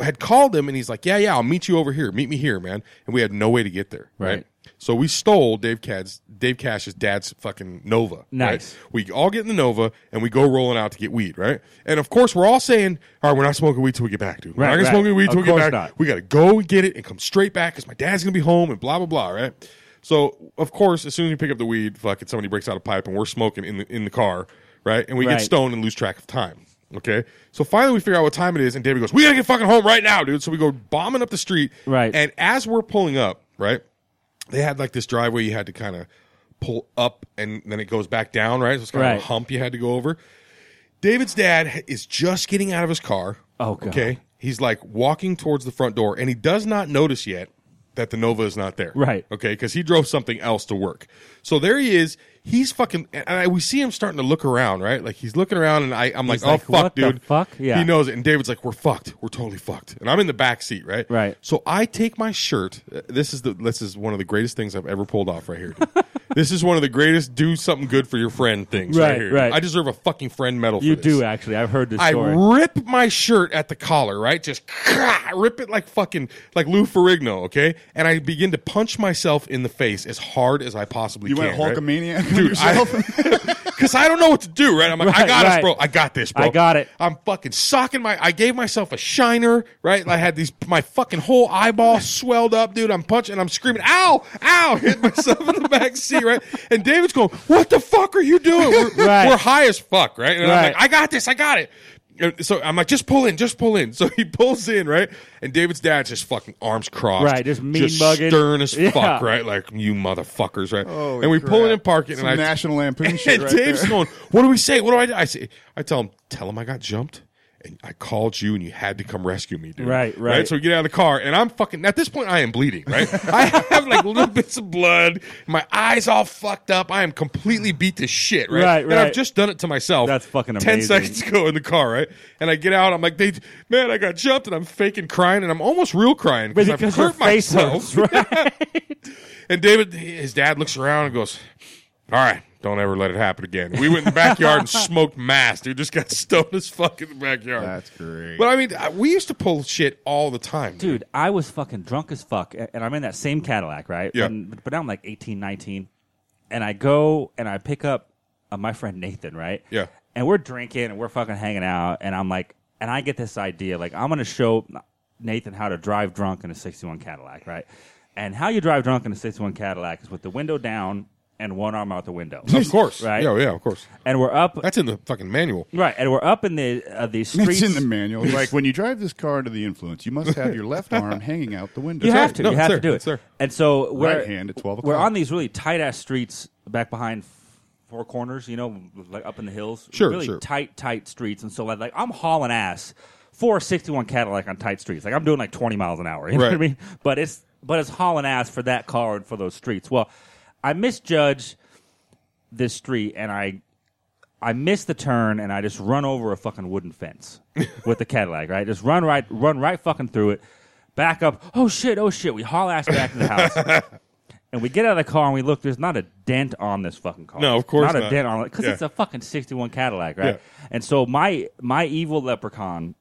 had called him, and he's like, yeah, yeah, I'll meet you over here. Meet me here, man. And we had no way to get there, right?
Right.
So we stole Dave Cad's Dave Cash's dad's fucking Nova.
Nice.
right? We all get in the Nova and we go rolling out to get weed, right? And of course we're all saying, All right, we're not smoking weed till we get back, dude. We're
Right,
not gonna
right.
smoke any weed till we
Of
get
course
back.
not.
We gotta go and get it and come straight back because my dad's gonna be home and blah blah blah, right? So of course, as soon as we pick up the weed, fucking somebody breaks out a pipe and we're smoking in the in the car, right? And we
Right.
get stoned and lose track of time. Okay. So finally we figure out what time it is, and David goes, We gotta get fucking home right now, dude. So we go bombing up the street.
Right.
And as we're pulling up, right? they had like this driveway you had to kind of pull up and then it goes back down, right? So it's kind
Right.
of a hump you had to go over. David's dad is just getting out of his car.
Oh, God.
Okay. He's like walking towards the front door and he does not notice yet that the Nova is not there.
Right.
Okay. Cause he drove something else to work. So there he is. He's fucking, and I, we see him starting to look around, right? Like he's looking around and I, I'm like,
He's
oh,
like,
fuck,
what the
dude.
fuck? Yeah.
He knows it. And David's like, we're fucked. We're totally fucked. And I'm in the back seat, right?
Right.
So I take my shirt. uh, This is the this is one of the greatest things I've ever pulled off right here. dude. this is one of the greatest do something good for your friend things right,
Right,
here.
right.
I deserve a fucking friend medal.
You
for this.
do actually. I've heard this
I
story.
rip my shirt at the collar, right? Just rip it like fucking like Lou Ferrigno, okay? And I begin to punch myself in the face as hard as I possibly
You
can.
went
right?
Hulkamania on
dude. Because I, don't know what to do, right? I'm like, I
Right,
got
right.
us, bro. I got this, bro.
I got it.
I'm fucking socking my. I gave myself a shiner, right? I had these my fucking whole eyeball swelled up, dude. I'm punching. I'm screaming, ow, ow! Hit myself in the back seat, right? And David's going, "What the fuck are you doing? We're,
Right.
we're high as fuck, right?" And I'm
Right.
like, I got this. I got it. And So I'm like, just pull in, just pull in. So he pulls in, right? And David's dad's just fucking arms crossed,
Right, just mean mugging.
stern as fuck,
Yeah.
right? Like you motherfuckers, right?
Holy
and we pull in
crap.
and park it,
Some
and I
National Lampoon
and
shit right
Dave's
there.
going, "What do we say? What do I do?" I say, "I tell him, tell him I got jumped." And I called you, and you had to come rescue me, dude.
Right, right.
So we get out of the car, and I'm fucking. At this point, I am bleeding. Right, I have like little bits of blood. My eyes all fucked up. I am completely beat to shit. Right,
Right,
And I've
right.
just done it to myself.
That's fucking
Ten
amazing.
seconds ago in the car, right? And I get out. I'm like, "They, man, I got jumped," and I'm faking crying, and I'm almost real crying I've
Because your
hurt
face
myself.
hurts, right?
And David, his dad looks around and goes, "All right, don't ever let it happen again." We went in the backyard and smoked mass. Dude, just got stoned as fuck in the backyard.
That's great.
But I mean, I- we used to pull shit all the time, dude.
dude, I was fucking drunk as fuck, a- and I'm in that same Cadillac, right?
Yeah.
And, but now I'm like 18, 19, and I go and I pick up uh, my friend Nathan, right?
Yeah.
And we're drinking and we're fucking hanging out, and I'm like, and I get this idea, like I'm gonna show Nathan how to drive drunk in a '61 Cadillac, right? And how you drive drunk in a '61 Cadillac is with the window down and one arm out the window.
Of course,
Right.
Yeah, yeah, of course.
And we're up,
That's in the fucking manual.
right? And we're up in the uh, the streets.
It's in the manual. Like when you drive this car under the influence, you must have your left arm hanging out the window.
You have to.
No,
you
it's
have
there.
to do
It's
it.
there.
And so we're
Right hand at 12
We're
o'clock.
on these really tight ass streets back behind four corners. You know, like up in the hills.
Sure,
really
sure.
tight, tight streets. And so like, like I'm hauling ass 461 Cadillac on tight streets. Like I'm doing like 20 miles an hour. You know what I
Right.
mean? But it's but it's hauling ass for that car and for those streets. Well, I misjudge this street and I I miss the turn and I just run over a fucking wooden fence with the Cadillac, right? Just run right run right fucking through it. Back up. Oh shit, oh shit. We haul ass back to the house. And we get out of the car and we look. There's not a dent on this fucking car.
No, of course
not. a
not.
dent on it because
Yeah.
it's a fucking '61 Cadillac, right? And so my my evil leprechaun,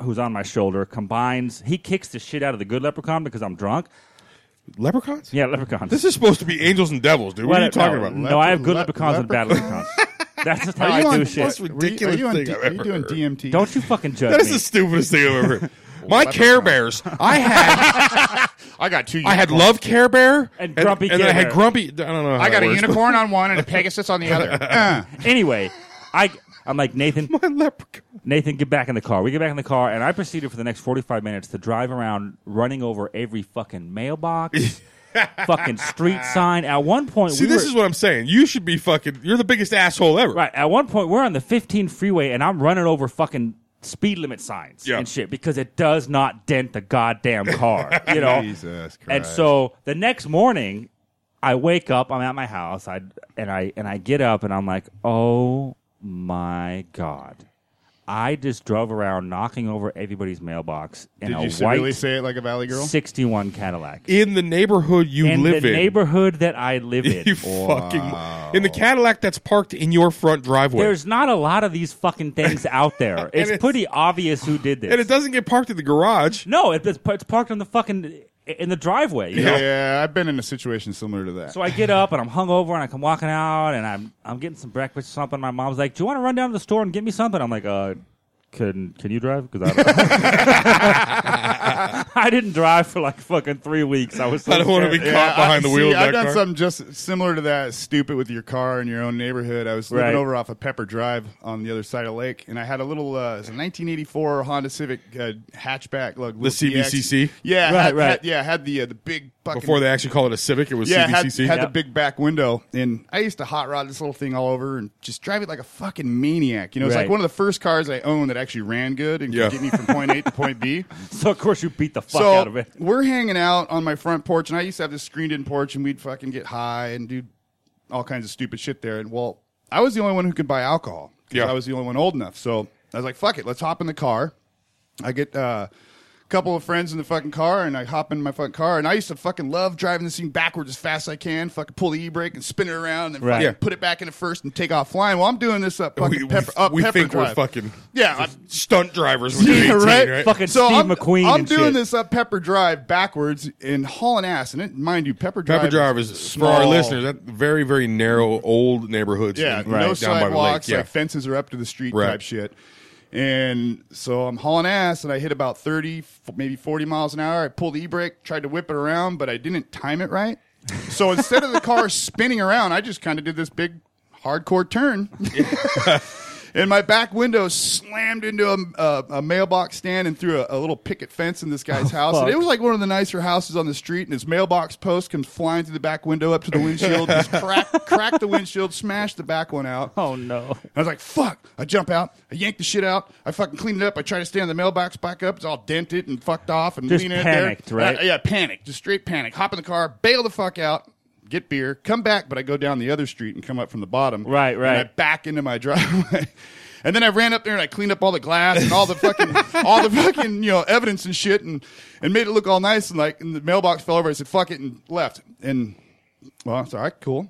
who's on my shoulder, combines. He kicks the shit out of the good leprechaun because I'm drunk.
Leprechauns?
Yeah, leprechauns.
This is supposed to be angels and devils, dude. What are you talking about?
No, I have good
Le-
leprechauns and bad leprechauns. That's just how I
you
do
on-
shit.
were you-
ridiculous
are you on
thing
D-
I've
are you
ever
doing
heard.
DMT?
Don't you fucking judge
That is
me.
the stupidest thing I've ever heard. My Care Bears. I had
I got two.
I had
unicorns.
Love Care Bear
And Grumpy
and then
Care
I had
Bear.
Grumpy. I don't know. how
I got
that
a
works.
unicorn on one and a Pegasus on the other.
Uh,
anyway, I I'm like Nathan.
My leprechaun.
Nathan, get back in the car. We get back in the car, and I proceeded for the next 45 minutes to drive around running over every fucking mailbox, fucking street sign. At one point,
See,
we
this
were,
is what I'm saying. You should be fucking. You're the biggest asshole ever.
right. At one point, we're on the 15 freeway, and I'm running over fucking speed limit signs
Yeah.
and shit because it does not dent the goddamn car, you know?
Jesus Christ.
And so the next morning, I wake up. I'm at my house. I and I and I get up and I'm like, oh my god, I just drove around knocking over everybody's mailbox in
Did
a
you say- really
white
say it like a Valley girl?
'61 Cadillac
In the neighborhood you
in
live
the
in.
neighborhood that I live in.
you fucking in the Cadillac that's parked in your front driveway.
There's not a lot of these fucking things out there. It's,
it's-
pretty obvious who did this.
and it doesn't get parked in the garage.
no, it, it's it's parked on the fucking in the driveway. You know?
yeah. I've been in a situation similar to that.
So I get up and I'm hungover and I come walking out and I'm I'm getting some breakfast or something. My mom's like, "Do you want to run down to the store and get me something?" I'm like, "Uh, can can you drive? Because I don't I didn't drive for like fucking three weeks. I was so
I don't want to
scared.
be caught behind
I-
the wheel
see,
of that
I've done
car.
something just similar to that. Stupid with your car in your own neighborhood. I was living
Right.
over off of Pepper Drive on the other side of the lake, and I had a little. Uh, it's a 1984 Honda Civic uh, hatchback, like the
CVCC?
Yeah,
Right,
had,
right.
had- yeah, had the uh, the big fucking
Before they actually called it a Civic, it was
yeah, had,
CVCC.
had
Yeah.
the big back window, and I used to hot rod this little thing all over and just drive it like a fucking maniac. You know, it's
Right.
like one of the first cars I owned that actually ran good and
Yeah.
could get me from point A to point B.
So of course you beat the fuck
so
out of it.
we're hanging out on my front porch, and I used to have this screened-in porch, and we'd fucking get high and do all kinds of stupid shit there. And well, I was the only one who could buy alcohol. 'cause
Yeah.
I was the only one old enough. So I was like, "Fuck it, let's hop in the car." I get uh, a couple of friends in the fucking car, and I hop in my fucking car. And I used to fucking love driving this thing backwards as fast as I can. Fucking pull the e brake and spin it around, and
Right.
fucking
Yeah.
put it back into first and take off flying. Well, I'm doing this up fucking
We- we-
pepper up
we
pepper
think we're
drive.
fucking-
yeah. I'm-
Stunt drivers when you're 18, right?
Fucking Steve
I'm,
McQueen
I'm
and
doing
shit.
this up Pepper Drive backwards and hauling ass, and it, mind you, Pepper Drive.
Pepper Drive is for our
small.
listeners. That very very narrow old neighborhoods.
Yeah,
in-
no
down by the lake.
sidewalks.
Yeah.
Like fences are up to the street
Right.
type shit. And so I'm hauling ass, and I hit about 30, f- maybe 40 miles an hour. I pulled the e-brake, tried to whip it around, but I didn't time it right. So instead of the car spinning around, I just kind of did this big hardcore turn. And my back window slammed into a, a, a mailbox stand and through a, a little picket fence in this guy's
Oh,
house. And it was like one of the nicer houses on the street. And his mailbox post comes flying through the back window up to the windshield, just crack, cracked the windshield, smashed the back one out.
Oh no!
I was like, fuck. I jump out. I yank the shit out. I fucking clean it up. I try to stand the mailbox back up. It's all dented and fucked off and
Just
leaning
panicked,
it there.
right?
Uh, yeah, panic. Just straight panic. Hop in the car, bail the fuck out, get beer, come back, but I go down the other street and come up from the bottom.
Right, right.
And I back into my driveway. And then I ran up there and I cleaned up all the glass and all the fucking all the fucking you know evidence and shit and and made it look all nice and like and the mailbox fell over. I said fuck it and left. And well, it's all right, cool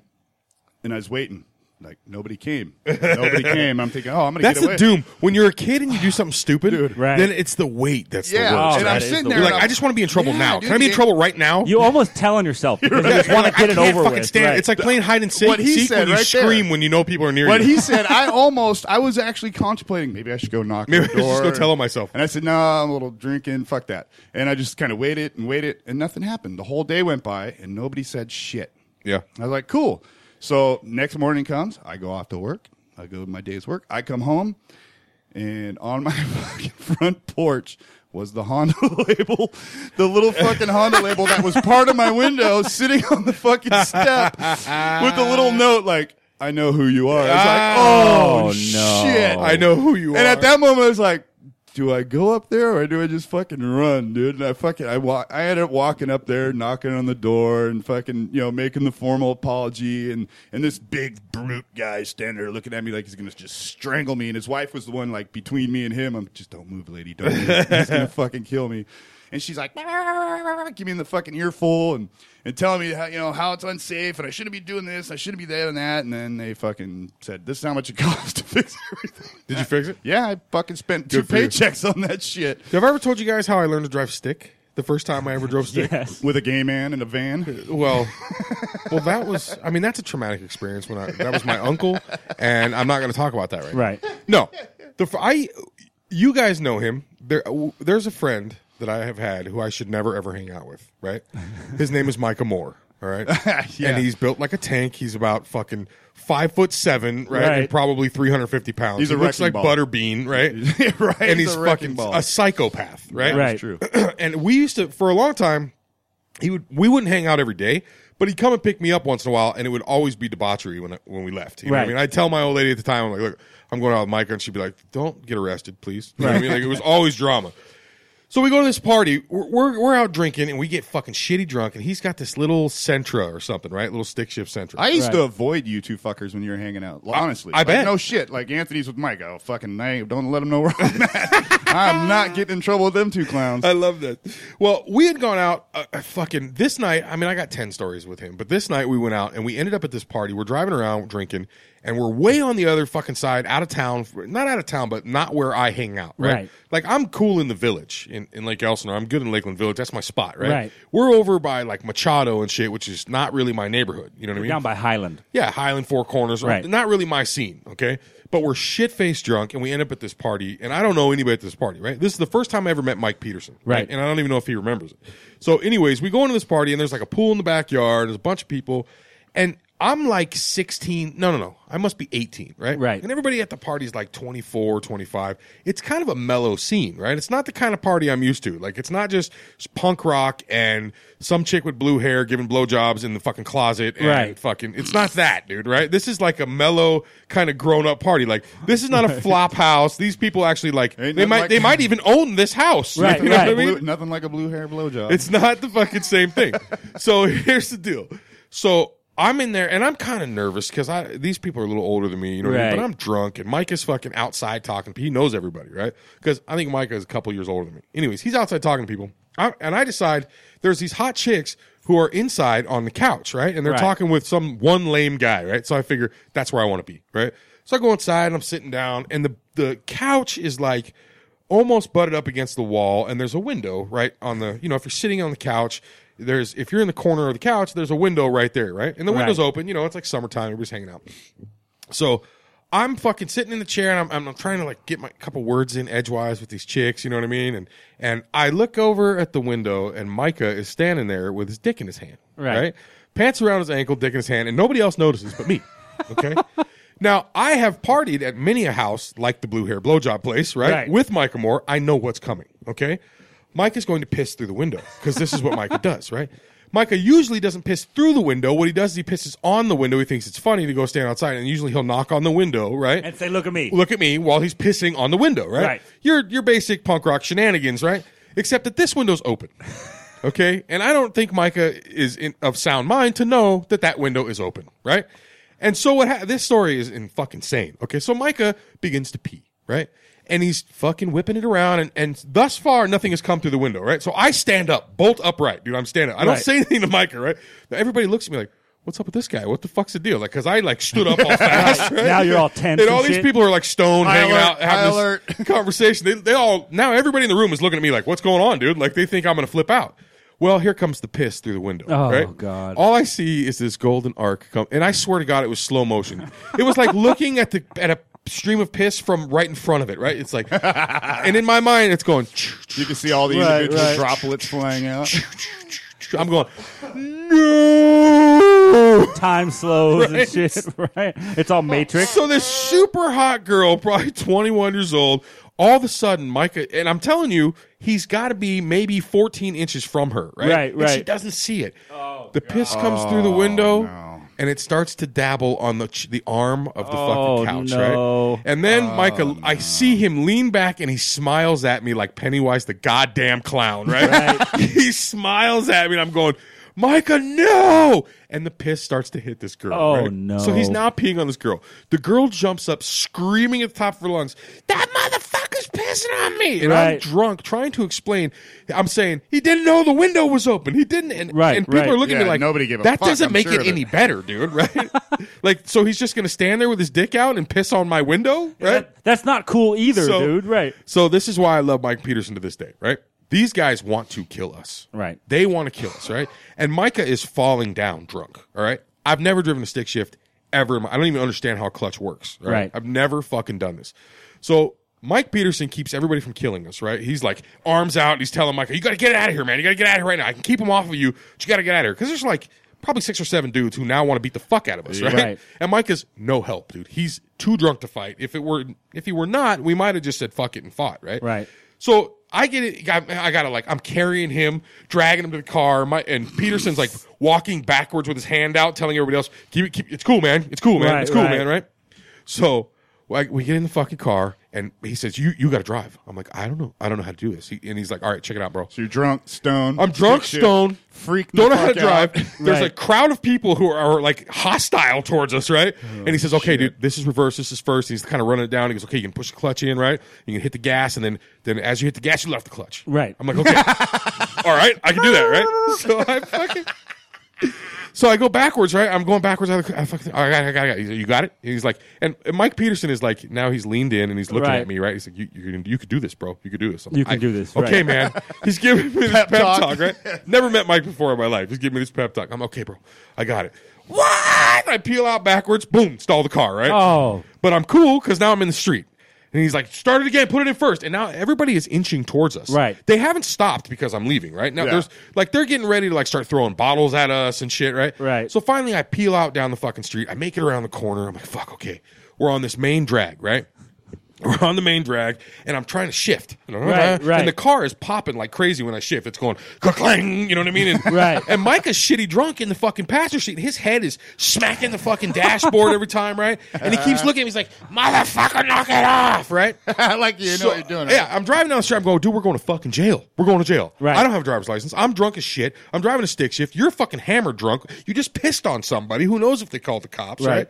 and I was waiting. Like nobody came. Nobody came. I'm thinking, oh, I'm gonna
That's
get
the
away.
doom. When you're a kid and you do something stupid,
Right.
then it's the wait that's
Yeah,
the worst.
Oh,
and
that
I'm
is
sitting
the
there.
You're like,
and I'm-
I just want to be in trouble
Yeah,
now.
dude,
Can I be in
it-
trouble right now?
You almost tell on yourself because you
Yeah,
just
you're
want
like,
to get
I
it
can't
over
fucking
with.
Stand.
right.
It's like playing hide and seek.
What he
seek
said
when you
right there.
scream when you know people are near
What
you.
he said, I almost, I was actually contemplating. Maybe I should go knock.
Maybe
on
I should
the door.
just go tell on myself.
And I said, no, I'm a little drinking. Fuck that. And I just kind of waited and waited, and nothing happened. The whole day went by, and nobody said shit.
yeah.
I was like, cool. So next morning comes, I go off to work. I go to my day's work. I come home, and on my fucking front porch was the Honda label, the little fucking Honda label that was part of my window, sitting on the fucking step with a little note like, "I know who you are." I was like, "Oh,
Oh, no.
shit,
I know who you
And
are.
at that moment, I was like. do I go up there or do I just fucking run, dude? And I fucking I walk I ended up walking up there, knocking on the door and fucking, you know, making the formal apology and and this big brute guy standing there looking at me like he's gonna just strangle me and his wife was the one like between me and him. I'm just don't move, lady, don't move. he's gonna fucking kill me. And she's like, give me the fucking earful and, and telling me how, you know, how it's unsafe and I shouldn't be doing this, I shouldn't be that and that. And then they fucking said, this is how much it costs to fix everything.
Did you fix it?
Yeah, I fucking spent two
for you.
paychecks on that shit
Have I ever told you guys how I learned to drive stick? The first time I ever drove stick.
Yes.
with a gay man in a van.
Well, well, that was. I mean, that's a traumatic experience. When I that was my uncle, and I'm not going to talk about that right. now.
Right.
No, the fr- I. You guys know him. There, w- there's a friend that I have had who I should never ever hang out with. Right. His name is Micah Moore. All right. And he's built like a tank. He's about fucking five foot seven. Right.
Right.
And probably 350 pounds.
He's
he
a
looks like
wrecking ball.
Butterbean. Right.
right,
and
he's
he's
a wrecking
fucking
ball.
a psychopath. Right.
Right.
It's true.
and we used to for a long time he would we wouldn't hang out every day but he'd come and pick me up once in a while and it would always be debauchery when I, when we left you know what
Right.
i mean i'd tell my old lady at the time i'm like look i'm going out with micah and she'd be like don't get arrested please you know what i mean like it was always drama so we go to this party. We're, we're, we're out drinking and we get fucking shitty drunk. And he's got this little Sentra or something, right? Little stick shift Sentra.
I used to
Right.
avoid you two fuckers when you were hanging out. Honestly,
I
Like,
bet.
no shit. Like Anthony's with Mike. Oh fucking, I ain't- don't let him know where I'm at. I'm not getting in trouble with them two clowns.
I love that. Well, we had gone out uh, uh, fucking this night. I mean, I got 10 stories with him, but this night we went out and we ended up at this party. We're driving around drinking and we're way on the other fucking side, out of town. Not out of town, but not where I hang out, right?
Right.
Like, I'm cool in the village in, in Lake Elsinore. I'm good in Lakeland Village. That's my spot, right?
Right.
We're over by like Machado and shit, which is not really my neighborhood. You know what I mean?
Down by Highland.
Yeah, Highland Four Corners.
Right.
Not really my scene, okay? But we're shit faced drunk and we end up at this party, and I don't know anybody at this party, right? This is the first time I ever met Mike Peterson.
Right.
And I don't even know if he remembers it. So, anyways, we go into this party and there's like a pool in the backyard, there's a bunch of people, and I'm like 16. No, no, no. I must be 18, right?
Right.
And everybody at the party is like 24, 25. It's kind of a mellow scene, right? It's not the kind of party I'm used to. Like, it's not just punk rock and some chick with blue hair giving blowjobs in the fucking closet and
Right.
fucking it's not that dude right this is like a mellow kind of grown up party like this is not a flop house these people actually like
Ain't
they
nothing
might
like-
they might even own this house
Right,
you know
right.
what i mean
Blue- nothing like a blue hair blowjob.
it's not the fucking same thing. so here's the deal. So I'm in there and I'm kind of nervous because I these people are a little older than me, you know. What I mean? But
Right.
I'm drunk and Mike is fucking outside talking. He knows everybody, right? Because I think Mike is a couple years older than me. Anyways, he's outside talking to people, I, and I decide there's these hot chicks who are inside on the couch, right? And they're
Right.
talking with some one lame guy, right? So I figure that's where I want to be, right? So I go inside and I'm sitting down, and the the couch is like almost butted up against the wall and there's a window right on the you know if you're sitting on the couch there's if you're in the corner of the couch there's a window right there right and the window's
Right.
open you know it's like summertime everybody's hanging out so i'm fucking sitting in the chair and I'm, I'm, I'm trying to like get my couple words in edgewise with these chicks you know what i mean and and i look over at the window and micah is standing there with his dick in his hand
Right.
right? pants around his ankle dick in his hand and nobody else notices but me okay now i have partied at many a house like the blue hair blowjob place right
Right.
with Micah Moore, I know what's coming. Okay. Micah's going to piss through the window because this is what Micah does, right? Micah usually doesn't piss through the window. What he does is he pisses on the window. He thinks it's funny to go stand outside, and usually he'll knock on the window, right?
And say, look at me.
Look at me while he's pissing on the window, right?
Right.
Your your basic punk rock shenanigans, right? Except that this window's open. Okay? And I don't think Micah is in, of sound mind to know that that window is open, right? And so what ha- this story is in fucking sane. Okay? So Micah begins to pee, right? And he's fucking whipping it around and, and thus far nothing has come through the window, right? So I stand up, bolt upright, dude. I'm standing up. I don't
Right.
say anything to Micah, right? Now everybody looks at me like What's up with this guy? What the fuck's the deal? Like, cause I like stood up all fast. right?
Now you're all tense
And all
and
these
shit.
people are like stoned,
High
hanging
alert,
out, having
high
this conversation. They, they all now everybody in the room is looking at me like, "What's going on, dude?" Like they think I'm gonna flip out. Well, here comes the piss through the window.
Oh,
right?
God.
All I see is this golden arc come, and I swear to God, it was slow motion. It was like looking at the at a stream of piss from right in front of it. Right? It's like, and in my mind, it's going.
you can see all the
Right,
individual
right.
droplets flying out.
I'm going. No.
Time
Right.
slows
Oh.
and shit. Right. It's all Matrix.
So this super hot girl, probably 21 years old, all of a sudden, Micah, and I'm telling you, he's got to be maybe 14 inches from her, right?
Right,
And she
right.
doesn't see it. the piss comes through the window. and it starts to dabble on the ch- the arm of the
Oh,
fucking couch,
no.
right? And then Micah, I see him lean back and he smiles at me like Pennywise the goddamn clown, right? he smiles at me and I'm going, Micah, no! And the piss starts to hit this girl.
Oh,
right?
no.
So he's now peeing on this girl. The girl jumps up, screaming at the top of her lungs, That motherfucker's pissing on me! And I'm
Right.
drunk, trying to explain. I'm saying, He didn't know the window was open. He didn't. And,
Right,
and people
right.
are looking at
Yeah,
me like,
nobody gave a
That
fuck,
doesn't
I'm
make
sure
it
that-
any better, dude, right? like, so he's just going to stand there with his dick out and piss on my window, right?
That- that's not cool either,
So-
dude. Right.
So this is why I love Mike Peterson to this day, right? These guys want to kill us.
Right.
They want to kill us, right? And Micah is falling down drunk, all right? I've never driven a stick shift ever. in my- I don't even understand how clutch works, all right?
Right.
I've never fucking done this. So Mike Peterson keeps everybody from killing us, right? He's like arms out and he's telling Micah, you got to get out of here, man. You got to get out of here right now. I can keep him off of you, but you got to get out of here. Because there's like probably six or seven dudes who now want to beat the fuck out of us, right?
Right.
And Micah's no help, dude. He's too drunk to fight. If it were, if he were not, we might have just said fuck it and fought, right?
Right.
So I get it. I, I gotta like, I'm carrying him, dragging him to the car. My and Peterson's like walking backwards with his hand out, telling everybody else, "Keep it, keep it's cool, man. It's cool, man.
Right,
it's cool,
right.
man." Right. So like, we get in the fucking car, and he says, "You, you gotta drive." I'm like, "I don't know. I don't know how to do this." He, and he's like, "All right, check it out, bro."
So you're drunk, stoned.
I'm drunk,
shit,
stoned,
freak.
Don't
the
know how to
fuck out.
drive. There's a
Right.
crowd of people who are, are, like hostile towards us, right?
Oh,
and he says, "Okay, dude, this is reverse. This is first. And he's kind of running it down. He goes, "Okay, you can push the clutch in, right? You can hit the gas, and then then as you hit the gas, you left the clutch,
Right.
I'm like, "Okay, all right, I can do that, right?" So I fucking. So I go backwards, right? I'm going backwards. I, I fucking, I got, it, I got, it, I got. it. He's like, You got it? And he's like, and, and Mike Peterson is like, now he's leaned in and he's looking
Right.
at me, right? He's like, you, you can, you could do this, bro. You could do this. I'm
You
like,
can
I-
do this,
Okay,
right.
man. He's giving me this pep,
talk.
talk, right? Never met Mike before in my life. He's giving me this pep talk. I'm okay, bro. I got it. What? I peel out backwards. Boom! Stall the car, right?
Oh.
but I'm cool because now I'm in the street. And he's like, start it again, put it in first. And now everybody is inching towards us.
Right.
They haven't stopped because I'm leaving, right? Now
Yeah.
there's like they're getting ready to like start throwing bottles at us and shit, right?
Right.
So finally I peel out down the fucking street. I make it around the corner. I'm like, fuck, okay. We're on this main drag, right? We're on the main drag, and I'm trying to shift.
Right, right.
And the car is popping like crazy when I shift. It's going clang, you know what I mean? And,
Right.
And Micah's shitty drunk in the fucking passenger seat. and His head is smacking the fucking dashboard every time, right? And he keeps looking at me. He's like, "Motherfucker, knock it off!" Right?
I like you. You know
So-
what you're doing.
Yeah, I'm driving down the street. I'm going, dude, we're going to fucking jail. We're going to jail.
Right.
I don't have a driver's license. I'm drunk as shit. I'm driving a stick shift. You're fucking hammered drunk. You just pissed on somebody. Who knows if they called the cops, right?
Right.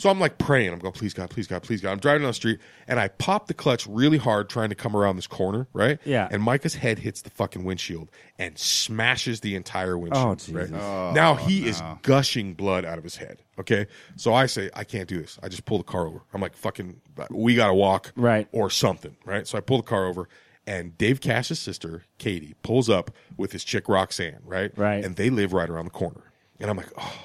So I'm like praying. I'm going, please God, please God, please God. I'm driving down the street and I pop the clutch really hard trying to come around this corner, right?
Yeah.
And Micah's head hits the fucking windshield and smashes the entire windshield.
Oh, Jesus.
right? now he is gushing blood out of his head. Okay. So I say, I can't do this. I just pull the car over. I'm like, fucking, we got to walk
Right.
or something, right? So I pull the car over, and Dave Cash's sister, Katie, pulls up with his chick Roxanne, right?
Right.
And they live right around the corner. And I'm like, oh,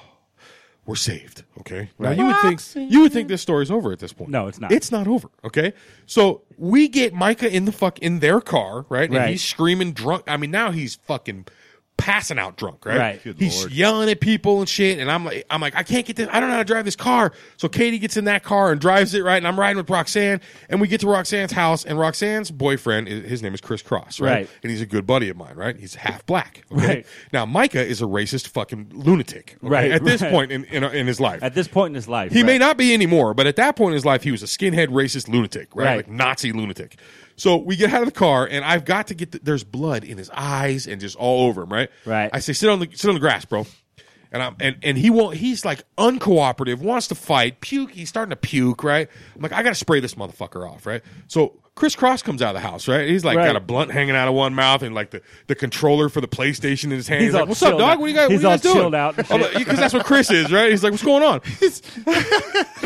we're saved, okay? Now you would think you would think this story's over at this point.
No, it's not.
It's not over, okay? So we get Micah in the fuck in their car, right? And
Right.
he's screaming drunk. I mean, now he's fucking passing out drunk, right?
Right. Good
he's yelling at people and shit. And I'm like, I'm like, I can't get this. I don't know how to drive this car. So Katie gets in that car and drives it right. And I'm riding with Roxanne. And we get to Roxanne's house. And Roxanne's boyfriend, i- his name is Chris Cross, right?
Right.
And he's a good buddy of mine, right? He's half black. okay?
Right.
Now Micah is a racist fucking lunatic, okay,
Right,
At this
right.
point in, in in his life,
At this point in his life,
he
right.
may not be anymore, but at that point in his life, he was a skinhead racist lunatic, right?
Right.
Like Nazi lunatic. So we get out of the car, and I've got to get. The, there's blood in his eyes and just all over him, right?
Right.
I say, sit on the sit on the grass, bro. And I'm and, and he won't. He's like uncooperative, wants to fight, puke. He's starting to puke, right? I'm like, I gotta spray this motherfucker off, right? So Chris Cross comes out of the house, right? He's like
Right.
got a blunt hanging out of one mouth and like the, the controller for the PlayStation in his hand. He's,
He's all
like, "What's up,
chilled
dog?
out.
What do you guys?
He's
what
all
you guys doing?"
chilled out and shit.
because that's what Chris is, right? He's like, "What's going on?"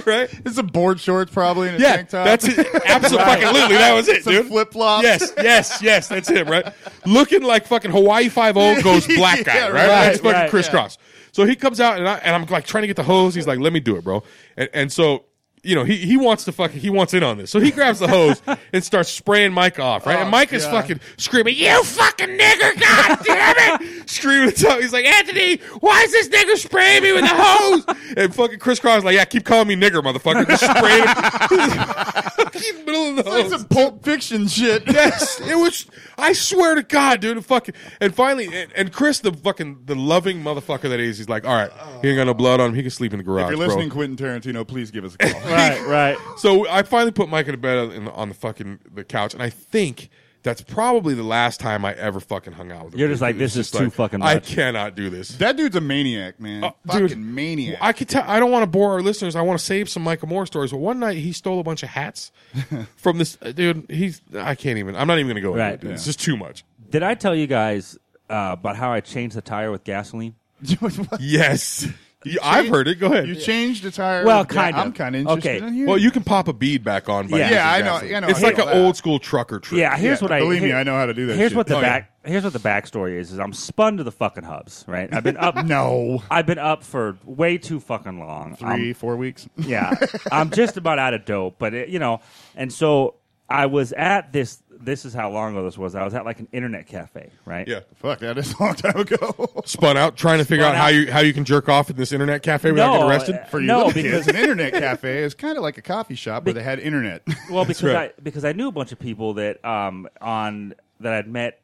right?
It's a board shorts probably and a
Yeah,
tank top.
that's it. Absolutely, fucking literally, that was it,
Some
dude.
flip-flops.
Yes, yes, yes. That's him, right? Looking like fucking Hawaii Five O goes black guy,
Yeah,
right?
right,
That's fucking
right,
crisscross. So he comes out and, I, and I'm like trying to get the hose. He's like, "Let me do it, bro." And, and so you know, he, he wants to fucking he wants in on this. So he grabs the hose and starts spraying Mike off, right?
Oh,
and Mike is fucking screaming, You fucking nigger, god damn it! screaming at Tony. He's like, Anthony, why is this nigger spraying me with the hose? and fucking Chris Cross like, Yeah, keep calling me nigger, motherfucker. Just spray him. in the middle of the hose.
It's a Pulp Fiction shit.
Yes, it was. I swear to God, dude. Fucking and finally, and, and Chris, the fucking the loving motherfucker that he is, he's like, all right, he ain't got no blood on him. He can sleep in the
If
garage,
you're
bro.
listening, Quentin Tarantino, please give us a call.
Right, right.
So I finally put Mike in a bed on the, on the fucking the couch, and I think that's probably the last time I ever fucking hung out with him.
You're just like,
It's
this is too fucking
I
much.
cannot do this.
that dude's a maniac, man. Fucking
Oh, dude,
maniac.
I could tell. I don't want to bore our listeners. I want to save some Michael Moore stories. But one night he stole a bunch of hats from this dude. He's I can't even. I'm not even going to go. into
Right.
it, dude. It's just too much.
Did I tell you guys uh, about how I changed the tire with gasoline?
What?
Yes. You- I've heard it. Go ahead.
you changed the tire.
Well,
Yeah,
kind of.
I'm kind of interested
Okay.
in here.
well, you can pop a bead back on. By
Yeah.
using
Yeah, I know-
gasoline.
I know
It's
how
like
to
an
do that.
old school trucker trick.
Yeah, here's
Yeah,
what I
believe me,
here-
I know how to do that
Here's
shit.
what the
Oh, yeah.
back. Here's what the backstory is: is I'm spun to the fucking hubs. Right, I've been up.
no.
I've been up for way too fucking long. I'm
Three, four weeks.
yeah i'm just about out of dope but it, you know and so i was at this this is how long ago this was i was at like an internet cafe right
Yeah.
Fuck, that is a long time ago.
Spun out trying to figure out,
Spun
how
out.
you how you can jerk off in this internet cafe without
No,
getting arrested.
uh,
For you
no,
little
because
kids, an internet cafe is kind of like a coffee shop where they had internet.
well, because
right.
I because I knew a bunch of people that um on that I'd met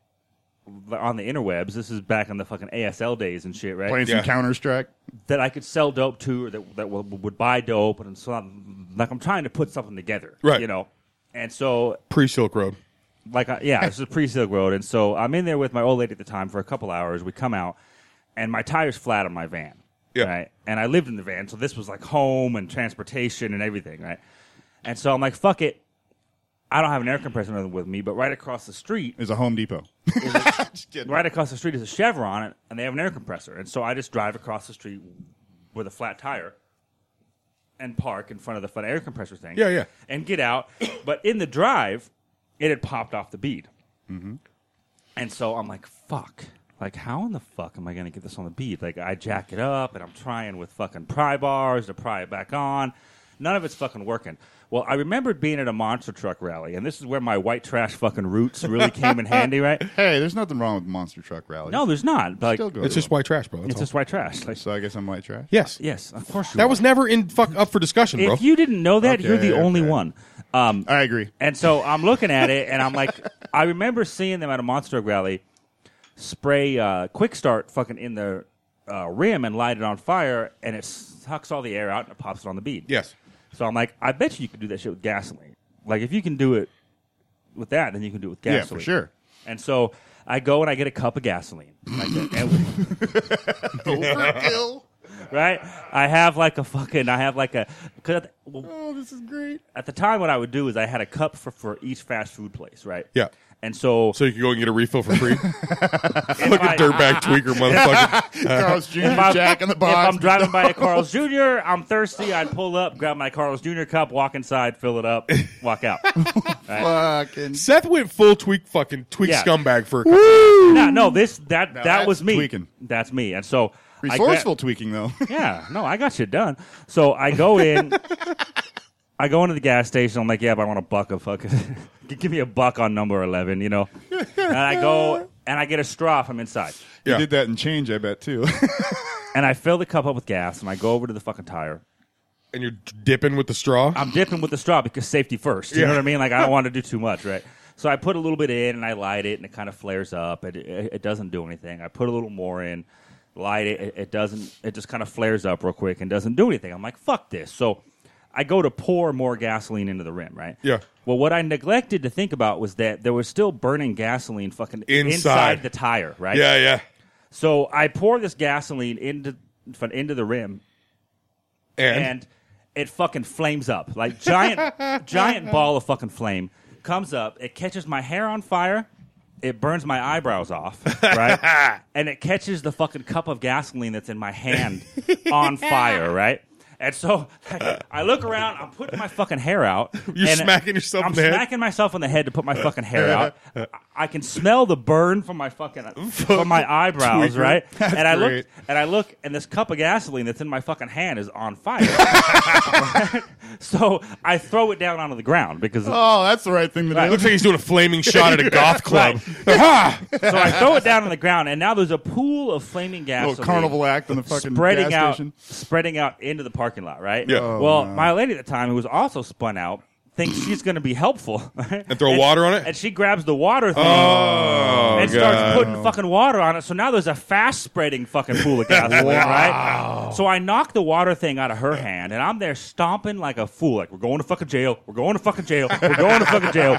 on the interwebs. This is back in the fucking ASL days and shit, right?
Playing
Yeah.
some Counter Strike.
That I could sell dope to, or that that would would buy dope, and so I'm, like I'm trying to put something together,
Right.
You know, and so
Pre Silk Road.
like I, yeah, this is pre Silk Road, and so I'm in there with my old lady at the time for a couple hours. We come out, and my tire's flat on my van.
Yeah.
Right. And I lived in the van, so this was like home and transportation and everything, right? And so I'm like, fuck it. I don't have an air compressor with me, but right across the street,
Is a Home Depot.
right across the street is a Chevron, and they have an air compressor. And so I just drive across the street with a flat tire and park in front of the flat air compressor thing.
Yeah, yeah.
And get out. But in the drive, it had popped off the bead.
Mm-hmm.
And so I'm like, fuck. Like, how in the fuck am I going to get this on the bead? Like, I jack it up and I'm trying with fucking pry bars to pry it back on. None of it's fucking working. Well, I remembered being at a monster truck rally, and this is where my white trash fucking roots really came in handy, right?
Hey, there's nothing wrong with monster truck rally.
No, there's not. Like,
Still go
It's
to
just
them.
white trash, bro. That's
it's
all.
just white trash. Like,
So I guess I'm white trash.
yes.
yes, of course you
That
are.
was never in fuck up for discussion, bro.
If you didn't know that, you're the
Okay,
only
okay.
one. Um,
I agree.
and so I'm looking at it, and I'm like, I remember seeing them at a monster Truck rally spray uh, quick start fucking in the uh, rim and light it on fire, and it sucks all the air out and it pops it on the bead.
yes.
So I'm like, I bet you you could do that shit with gasoline. Like if you can do it with that, then you can do it with gasoline.
Yeah, for sure.
And so I go and I get a cup of gasoline. Like that. And-
Overkill.
right? I have like a fucking, I have like a. Cause at, the, well,
Oh, this is great.
at the time, what I would do is I had a cup for, for each fast food place, right?
Yeah.
And so,
So you can go and get a refill for free.
if, I,
Dirtbag tweaker, motherfucker.
Carl's Jr.
if I'm-
Jack in the
if
Box.
I'm driving by a Carl's Jr., I'm thirsty. I'd pull up, grab my Carl's Jr. cup, walk inside, fill it up, walk out.
Fucking.
Seth went full tweak fucking tweak
Yeah.
scumbag for a couple.
no, no, this that that
that's
was me.
tweaking.
That's me. And so I gra-
Resourceful tweaking, though.
Yeah, no, I got shit done. So I go in, I go into the gas station. I'm like, yeah, but I want a buck of fucking, give me a buck on number eleven, you know. And I go and I get a straw from inside,
You
Yeah.
did that in change, I bet, too.
and I fill the cup up with gas, and I go over to the fucking tire.
and you're dipping with the straw.
I'm dipping with the straw because safety first. You know what I mean? Like I don't want to do too much, right? So I put a little bit in and I light it, and it kind of flares up. It, it, it doesn't do anything. I put a little more in, light it, it. It doesn't. It just kind of flares up real quick and doesn't do anything. I'm like, fuck this. So I go to pour more gasoline into the rim, right?
Yeah.
Well, what I neglected to think about was that there was still burning gasoline fucking
Inside.
the tire, right?
yeah, yeah.
So I pour this gasoline into into the rim,
And,
and it fucking flames up like giant giant ball of fucking flame comes up it catches my hair on fire it burns my eyebrows off right and it catches the fucking cup of gasoline that's in my hand on fire right And so I look around, I'm putting my fucking hair out.
You're
and
smacking yourself
I'm
in the head?
smacking myself in the head to put my fucking hair out. I- I can smell the burn from my fucking from my eyebrows, right? and I
great.
look and I look and this cup of gasoline that's in my fucking hand is on fire. so I throw it down onto the ground because
Oh, that's the right thing to do.
It looks like he's doing a flaming shot at a goth club.
so I throw it down on the ground and now there's a pool of flaming
a
gas.
little carnival act in the fucking
spreading
gas
out,
station.
spreading out into the parking lot, right?
Yeah. Oh,
well, my lady at the time, who was also spun out, thinks she's going to be helpful and
throw water on it?
and she grabs the water thing
Oh, God.
and starts putting fucking water on it. So now there's a fast spreading fucking pool of gasoline, right? So I knock the water thing out of her hand, and I'm there stomping like a fool. Like we're going to fucking jail. We're going to fucking jail. We're going to fucking jail.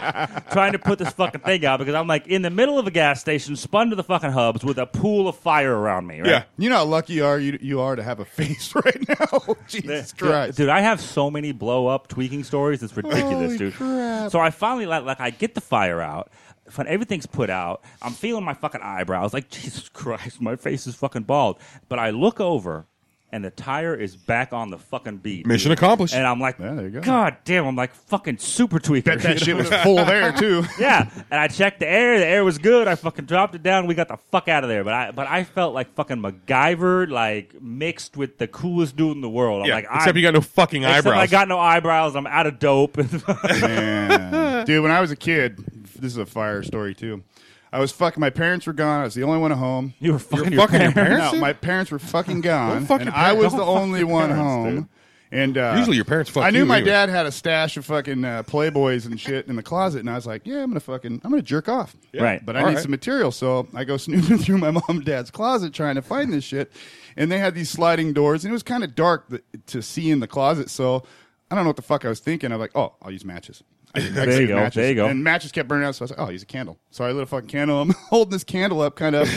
Trying to put this fucking thing out because I'm like in the middle of a gas station, spun to the fucking hubs with a pool of fire around me. Right?
Yeah.
You know how lucky you are you, you are to have a face right now. Jesus
Dude-
Christ.
Dude, I have so many blow up tweaking stories. It's ridiculous,
Holy
dude.
crap.
So I finally like, like I get the fire out. When everything's put out, I'm feeling my fucking eyebrows. Like Jesus Christ, my face is fucking bald. But I look over, and the tire is back on the fucking beat.
Mission
dude.
accomplished.
And I'm like,
Yeah, there you go.
God damn! I'm like fucking super tweaker.
Bet that shit was full of air too.
yeah, and I checked the air. The air was good. I fucking dropped it down. We got the fuck out of there. But I, but I felt like fucking MacGyver, like mixed with the coolest dude in the world. I'm
Yeah,
like,
except
I'm,
you got no fucking
Except
eyebrows.
I got no eyebrows. I'm out of dope.
Man. Dude, when I was a kid, this is a fire story too. I was fucking. My parents were gone. I was the only one at home.
you were fucking,
You're fucking your parents?
No, my parents were fucking gone,
fuck
and
your
I was
parents.
the only one home. And uh,
Usually your parents fuck
I knew
you
my
anyway.
dad had a stash of fucking uh, Playboys and shit in the closet, and I was like, "Yeah, I'm gonna fucking, I'm gonna jerk off."
Right.
But I
All
need
right.
some material, so I go snooping through my mom and dad's closet trying to find this shit, and they had these sliding doors, and it was kind of dark th- to see in the closet, so I don't know what the fuck I was thinking. I'm like, "Oh, I'll use matches." I, I
you
saved
go, there you go.
And matches kept burning out, so I was like, "Oh, I'll use a candle." So I lit a fucking candle. I'm holding this candle up, kind of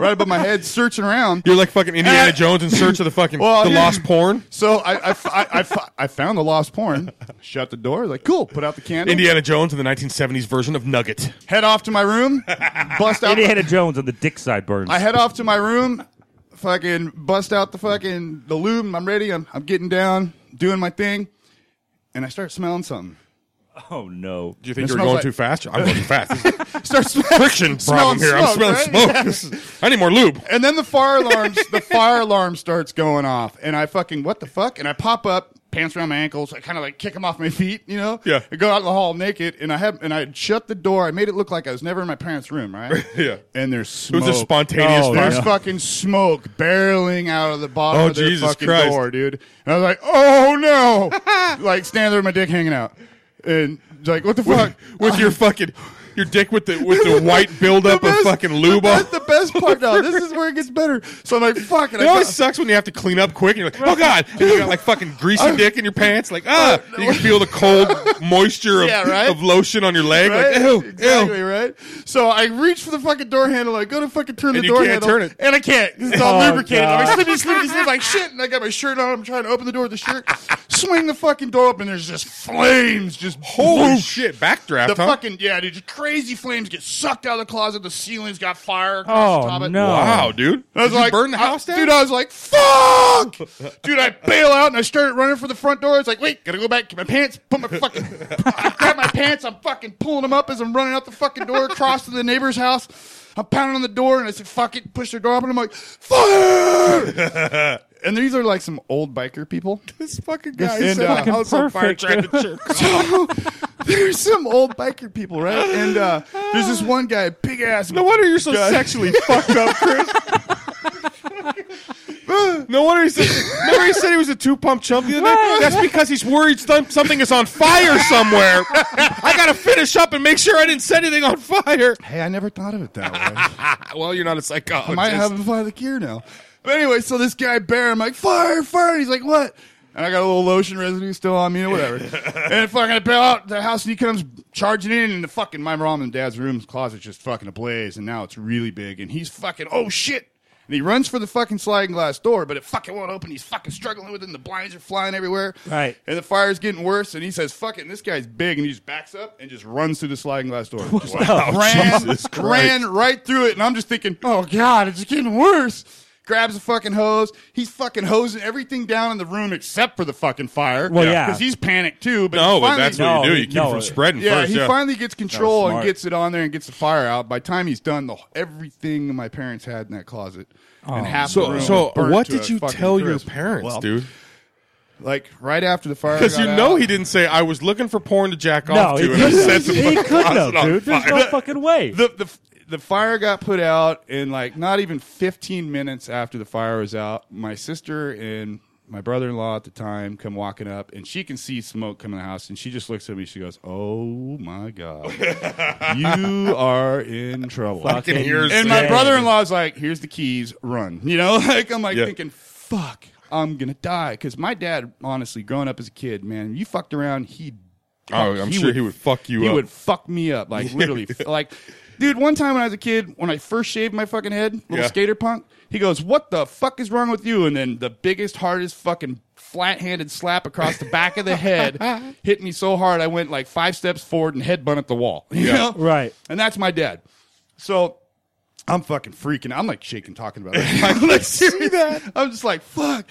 right above my head, searching around.
You're like fucking Indiana
Uh,
Jones in search of the fucking
Well,
the
here-
lost porn.
So I, I f- I- I f- I found the lost porn, shut the door, like, cool, put out the candle,
Indiana Jones in the 1970s version of Nugget.
head off to my room, bust out.
Indiana Jones on the dick side burns.
I head off to my room, fucking bust out the fucking the lube. and I'm ready. I'm, I'm getting down, doing my thing, and I start smelling something.
oh no!
Do you think
It
you were
smells
going
like-
too fast? I'm going too fast.
Start smelling.
Friction problem
Smelling
here. I'm
smoke,
smelling smoke.
right? Yeah.
This is- I need more lube.
And then the fire alarms, the fire alarm starts going off, and I fucking what the fuck? And I pop up, pants around my ankles, I kind of like kick them off my feet, you know?
Yeah.
I go out in the hall naked, and I had and I had shut the door. I made it look like I was never in my parents' room, right?
Yeah.
And there's
It
smoke.
was a spontaneous
Oh,
fire.
There's fucking smoke barreling out of the bottom
Oh,
of their
Jesus
fucking
Christ.
door, dude. And I was like, oh no, like standing there with my dick hanging out, and like what the fuck?
with your fucking your dick with the with the white buildup
The
of
best-
fucking lube
The
on.
best, the best part, though, this is where it gets better. So I'm like, fuck it.
It
I
always
thought-
sucks when you have to clean up quick and you're like, oh god, and you got like fucking greasy dick in your pants, like ah, you can feel the cold moisture of,
Oh, Yeah, right?
of lotion on your leg,
right?
like ew,
exactly,
ew.
right? So I reach for the fucking door handle. I go to fucking turn
And
the
you
door
can't
handle.
turn it.
And I can't. 'cause It's all
Oh,
lubricated. I'm like,
God.
slippy, slippy, slippy, like shit. And I got my shirt on. I'm trying to open the door with the shirt. swing the fucking door open. There's just flames. Just
Holy
whoosh.
shit, backdraft,
The
huh?
fucking, yeah, dude, just crazy flames get sucked out of the closet. The ceiling's got fire. across the top
Oh
of it.
no!
wow, dude.
I was
Did you
like,
burn the
I-
house down?
dude. I was like, fuck, dude. I bail out and I started running for the front door. It's like, wait, gotta go back, get my pants, put my fucking, I grab my pants. I'm fucking pulling them up as I'm running out the fucking door, across to the neighbor's house. I'm pounding on the door and I said, fuck it, push their door open. I'm like, fire. and these are like some old biker people.
this fucking guy.
And, uh,
I was on fire
perfect.
trying to jerk.
So there's some old biker people, right? And uh, there's this one guy, big ass.
No wonder you're so
God.
sexually fucked up, Chris. No wonder he said. Remember he said he was a two pump chump the other night. That's because he's worried some- something is on fire somewhere. I gotta finish up and make sure I didn't set anything on fire.
Hey, I never thought of it that way.
Well, you're not a psychologist.
might have him fly the cure now. But anyway, so this guy Bear, I'm like, fire, fire. And he's like, what? And I got a little lotion residue still on me, or whatever. and fucking I bail out the house, and he comes charging in, and the fucking my mom and dad's room's closet's just fucking ablaze, and now it's really big, and he's fucking, oh shit. And he runs for the fucking sliding glass door, but it fucking won't open. He's fucking struggling with it, and the blinds are flying everywhere.
Right.
And the fire's getting worse, and he says, fuck it. And this guy's big, and he just backs up and just runs through the sliding glass door. Just like, ran, ran right through it, and I'm just thinking, oh god, it's getting worse. grabs a fucking hose. He's fucking hosing everything down in the room except for the fucking fire.
Well, yeah.
Because he's panicked too. But
No,
he
but
finally-
that's what you
No,
do. You keep
no,
it from
it-
spreading
yeah,
first.
he
yeah.
finally gets control and
smart.
gets it on there and gets the fire out. By the time he's done, the everything my parents had in that closet and half the
So,
room
so
was burnt
what
to a
did you
fucking
tell your
crisp.
parents,
Well,
dude?
Like right after the fire,
Because
got
you know
out,
he didn't say I was looking for porn to jack
No,
off
he
to, and I set
couldn't,
the
he
fucking
couldn't
closet
have,
on
dude. There's
fire.
no fucking way.
the the the fire got put out, and like not even 15 minutes after the fire was out, my sister and my brother-in-law at the time come walking up, and she can see smoke coming out of the house, and she just looks at me. She goes, "Oh my god, you are in trouble."
Fucking
fucking hears
and
Yeah.
my brother-in-law's like, "Here's the keys, run." You know, like I'm like
Yeah.
thinking, "Fuck, I'm gonna die." Because my dad, honestly, growing up as a kid, man, you fucked around, he.
Oh, I'm sure he would fuck you
He
up.
would fuck me up, like literally, f- like, dude. One time when I was a kid, when I first shaved my fucking head, little
Yeah.
skater punk, he goes, "What the fuck is wrong with you?" And then the biggest, hardest fucking flat-handed slap across the back of the head hit me so hard I went like five steps forward and head bunt at the wall. You know,
Right.
And that's my dad. So I'm fucking freaking. I'm like shaking talking about it. I'm like, see that? I'm just like, fuck.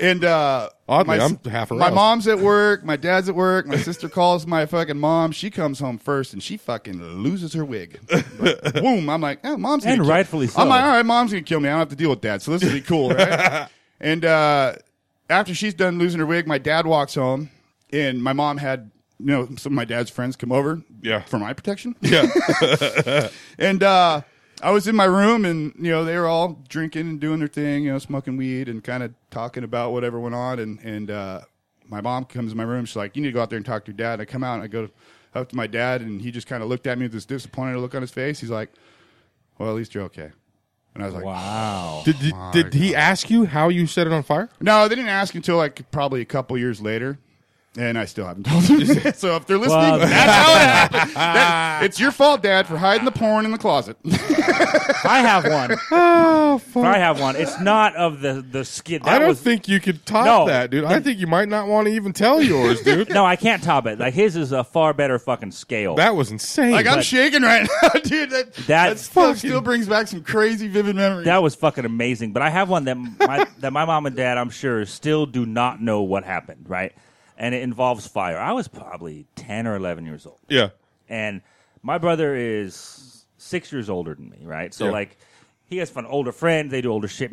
And uh
Oddly,
my,
I'm half
My
aroused.
mom's at work. My dad's at work. My sister calls my fucking mom. She comes home first, and she fucking loses her wig. Like, boom! I'm like, oh, mom's gonna
And
kill-
rightfully so.
I'm like, all right, mom's gonna kill me. I don't have to deal with dad. So this will be cool, right? and uh, after she's done losing her wig, my dad walks home, and my mom had you know some of my dad's friends come over,
Yeah.
for my protection.
Yeah.
And uh, I was in my room, and you know they were all drinking and doing their thing, you know, smoking weed and kind of talking about whatever went on. And and uh, my mom comes in my room. She's like, "You need to go out there and talk to your dad." And I come out and I go up to my dad, and he just kind of looked at me with this disappointed look on his face. He's like, "Well, at least you're okay." And I was like,
Wow.
Did, did, did he ask you how you set it on fire?
"No, they didn't ask until like probably a couple years later." And I still haven't told them. so if they're listening,
Well,
that's how it happened. That- it's your fault, Dad, for hiding the porn in the closet.
I have one. I have one. It's not of the the skid. That
I don't
was,
think you could top
No.
that, dude. I think you might not want to even tell yours, dude.
No, I can't top it. Like his is a far better fucking scale.
That was insane.
Like I'm shaking right now, dude. That that stuff
fucking-
still brings back some crazy vivid memories.
that was fucking amazing. But I have one that my, that my mom and dad, I'm sure, still do not know what happened, right? And it involves fire. I was probably 10 or 11 years old.
yeah.
And my brother is six years older than me, right? So,
Yeah.
like, he has fun older friends. They do older shit.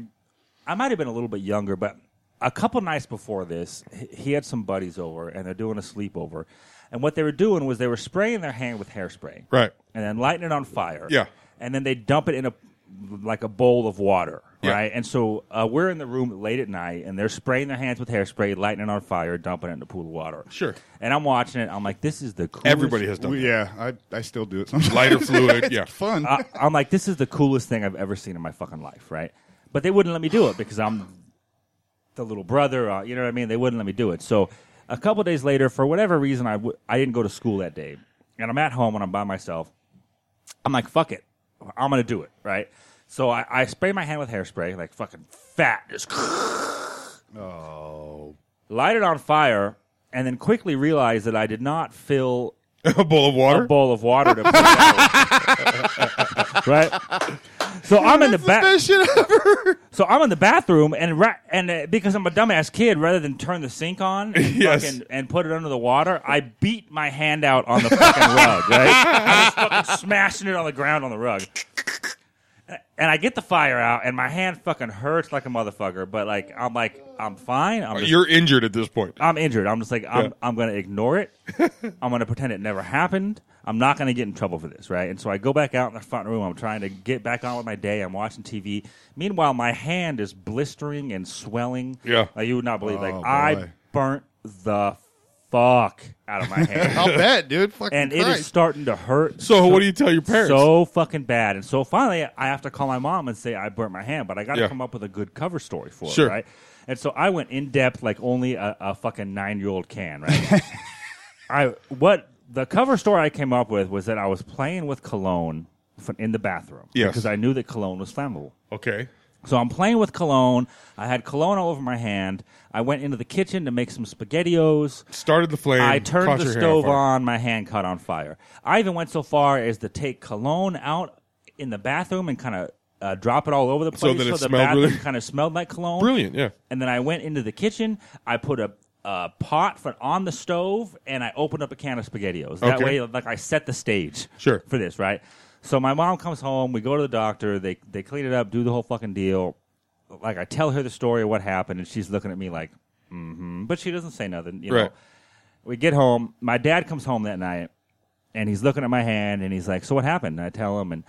I might have been a little bit younger, but a couple nights before this, h- he had some buddies over and they're doing a sleepover. And what they were doing was they were spraying their hand with hairspray.
Right.
And then lighting it on fire.
Yeah.
And then they dump it in a like a bowl of water,
Yeah.
right? And so uh, we're in the room late at night, and they're spraying their hands with hairspray, lighting it on fire, dumping it in the pool of water.
Sure.
And I'm watching it. I'm like, this is the coolest
Everybody has done
We-
that.
yeah, I, I still do it sometimes.
Lighter fluid. Yeah.
Fun.
I, I'm like, this is the coolest thing I've ever seen in my fucking life, right? But they wouldn't let me do it because I'm the little brother. Uh, you know what I mean? They wouldn't let me do it. So a couple days later, for whatever reason, I w- I didn't go to school that day, and I'm at home and I'm by myself. I'm like, fuck it, I'm gonna do it, right? So I, I spray my hand with hairspray, like fucking fat, just light it on fire, and then quickly realize that I did not fill
a bowl of
a
water.
bowl of water to put out. right? So I'm in the back.
Best shit ever.
So I'm in the bathroom, and ra- and uh, because I'm a dumbass kid, rather than turn the sink on and,
Yes.
fucking- and put it under the water, I beat my hand out on the fucking rug. Right? I'm just fucking smashing it on the ground on the rug. And I get the fire out, and my hand fucking hurts like a motherfucker. But like, I'm like, I'm fine. I'm just
You're injured at this point.
I'm injured. I'm just like I'm. I'm going to ignore it. I'm going to pretend it never happened. I'm not going to get in trouble for this, right? And so I go back out in the front room. I'm trying to get back on with my day. I'm watching TV. Meanwhile, my hand is blistering and swelling.
Yeah.
Like, you would not believe. Like
Oh,
I
boy.
burnt the fuck out of my hand,
I'll bet, dude. Fucking
and it
Christ.
is starting to hurt.
Oh, So what do you tell your parents?
So fucking bad. And so finally, I have to call my mom and say I burnt my hand, but I got to
Yeah.
come up with a good cover story for
Sure.
it, right? And so I went in depth, like only a, a fucking nine year old can, right? I what the cover story I came up with was that I was playing with cologne f- in the bathroom,
Yes.
because I knew that cologne was flammable.
okay.
So I'm playing with cologne. I had cologne all over my hand. I went into the kitchen to make some spaghettios.
Started the flame.
I
caught
turned the
your hand
stove
fire.
on, my hand caught on fire. I even went so far as to take cologne out in the bathroom and kind of uh, drop it all over the place
So that it
the
smelled
bathroom
really-
kind of smelled like cologne.
Brilliant, yeah.
And then I went into the kitchen. I put a, a pot for, on the stove, and I opened up a can of SpaghettiOs. That
Okay.
way, like I set the stage.
Sure.
For this, right? So my mom comes home. We go to the doctor. They they clean it up, do the whole fucking deal. Like I tell her the story of what happened, and she's looking at me like, mm-hmm. but she doesn't say nothing. You
Right.
know. We get home. My dad comes home that night, and he's looking at my hand, and he's like, "So what happened?" And I tell him, and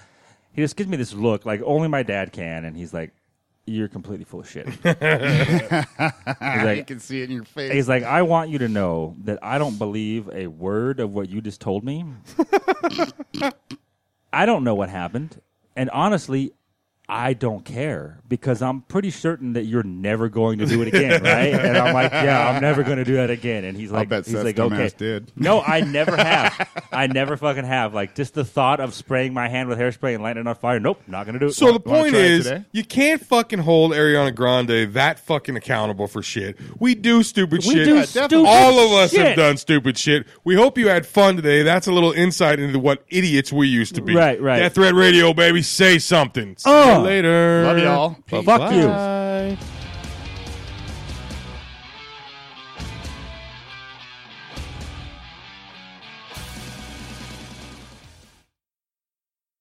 he just gives me this look like only my dad can, and he's like, "You're completely full of shit." he's
I
like,
can see it in your face.
he's like, "I want you to know that I don't believe a word of what you just told me. I don't know what happened, and honestly." I don't care because I'm pretty certain that you're never going to do it again, right? And I'm like, yeah, I'm never going to do that again. And he's like,
bet
he's
Seth's
like,
dumbass
okay,
did.
no, I never have. I never fucking have. Like just the thought of spraying my hand with hairspray and lighting it on fire. Nope, not gonna do it.
So the
wanna
point
try it
is,
today?
you can't fucking hold Ariana Grande that fucking accountable for shit. We do stupid
We
shit.
do Yeah, stupid definitely.
All of us have
shit.
done stupid shit. We hope you had fun today. That's a little insight into what idiots we used to be.
Right, right.
Death Threat Radio, baby. Say something. See
Oh.
you later.
Love y'all.
fuck you.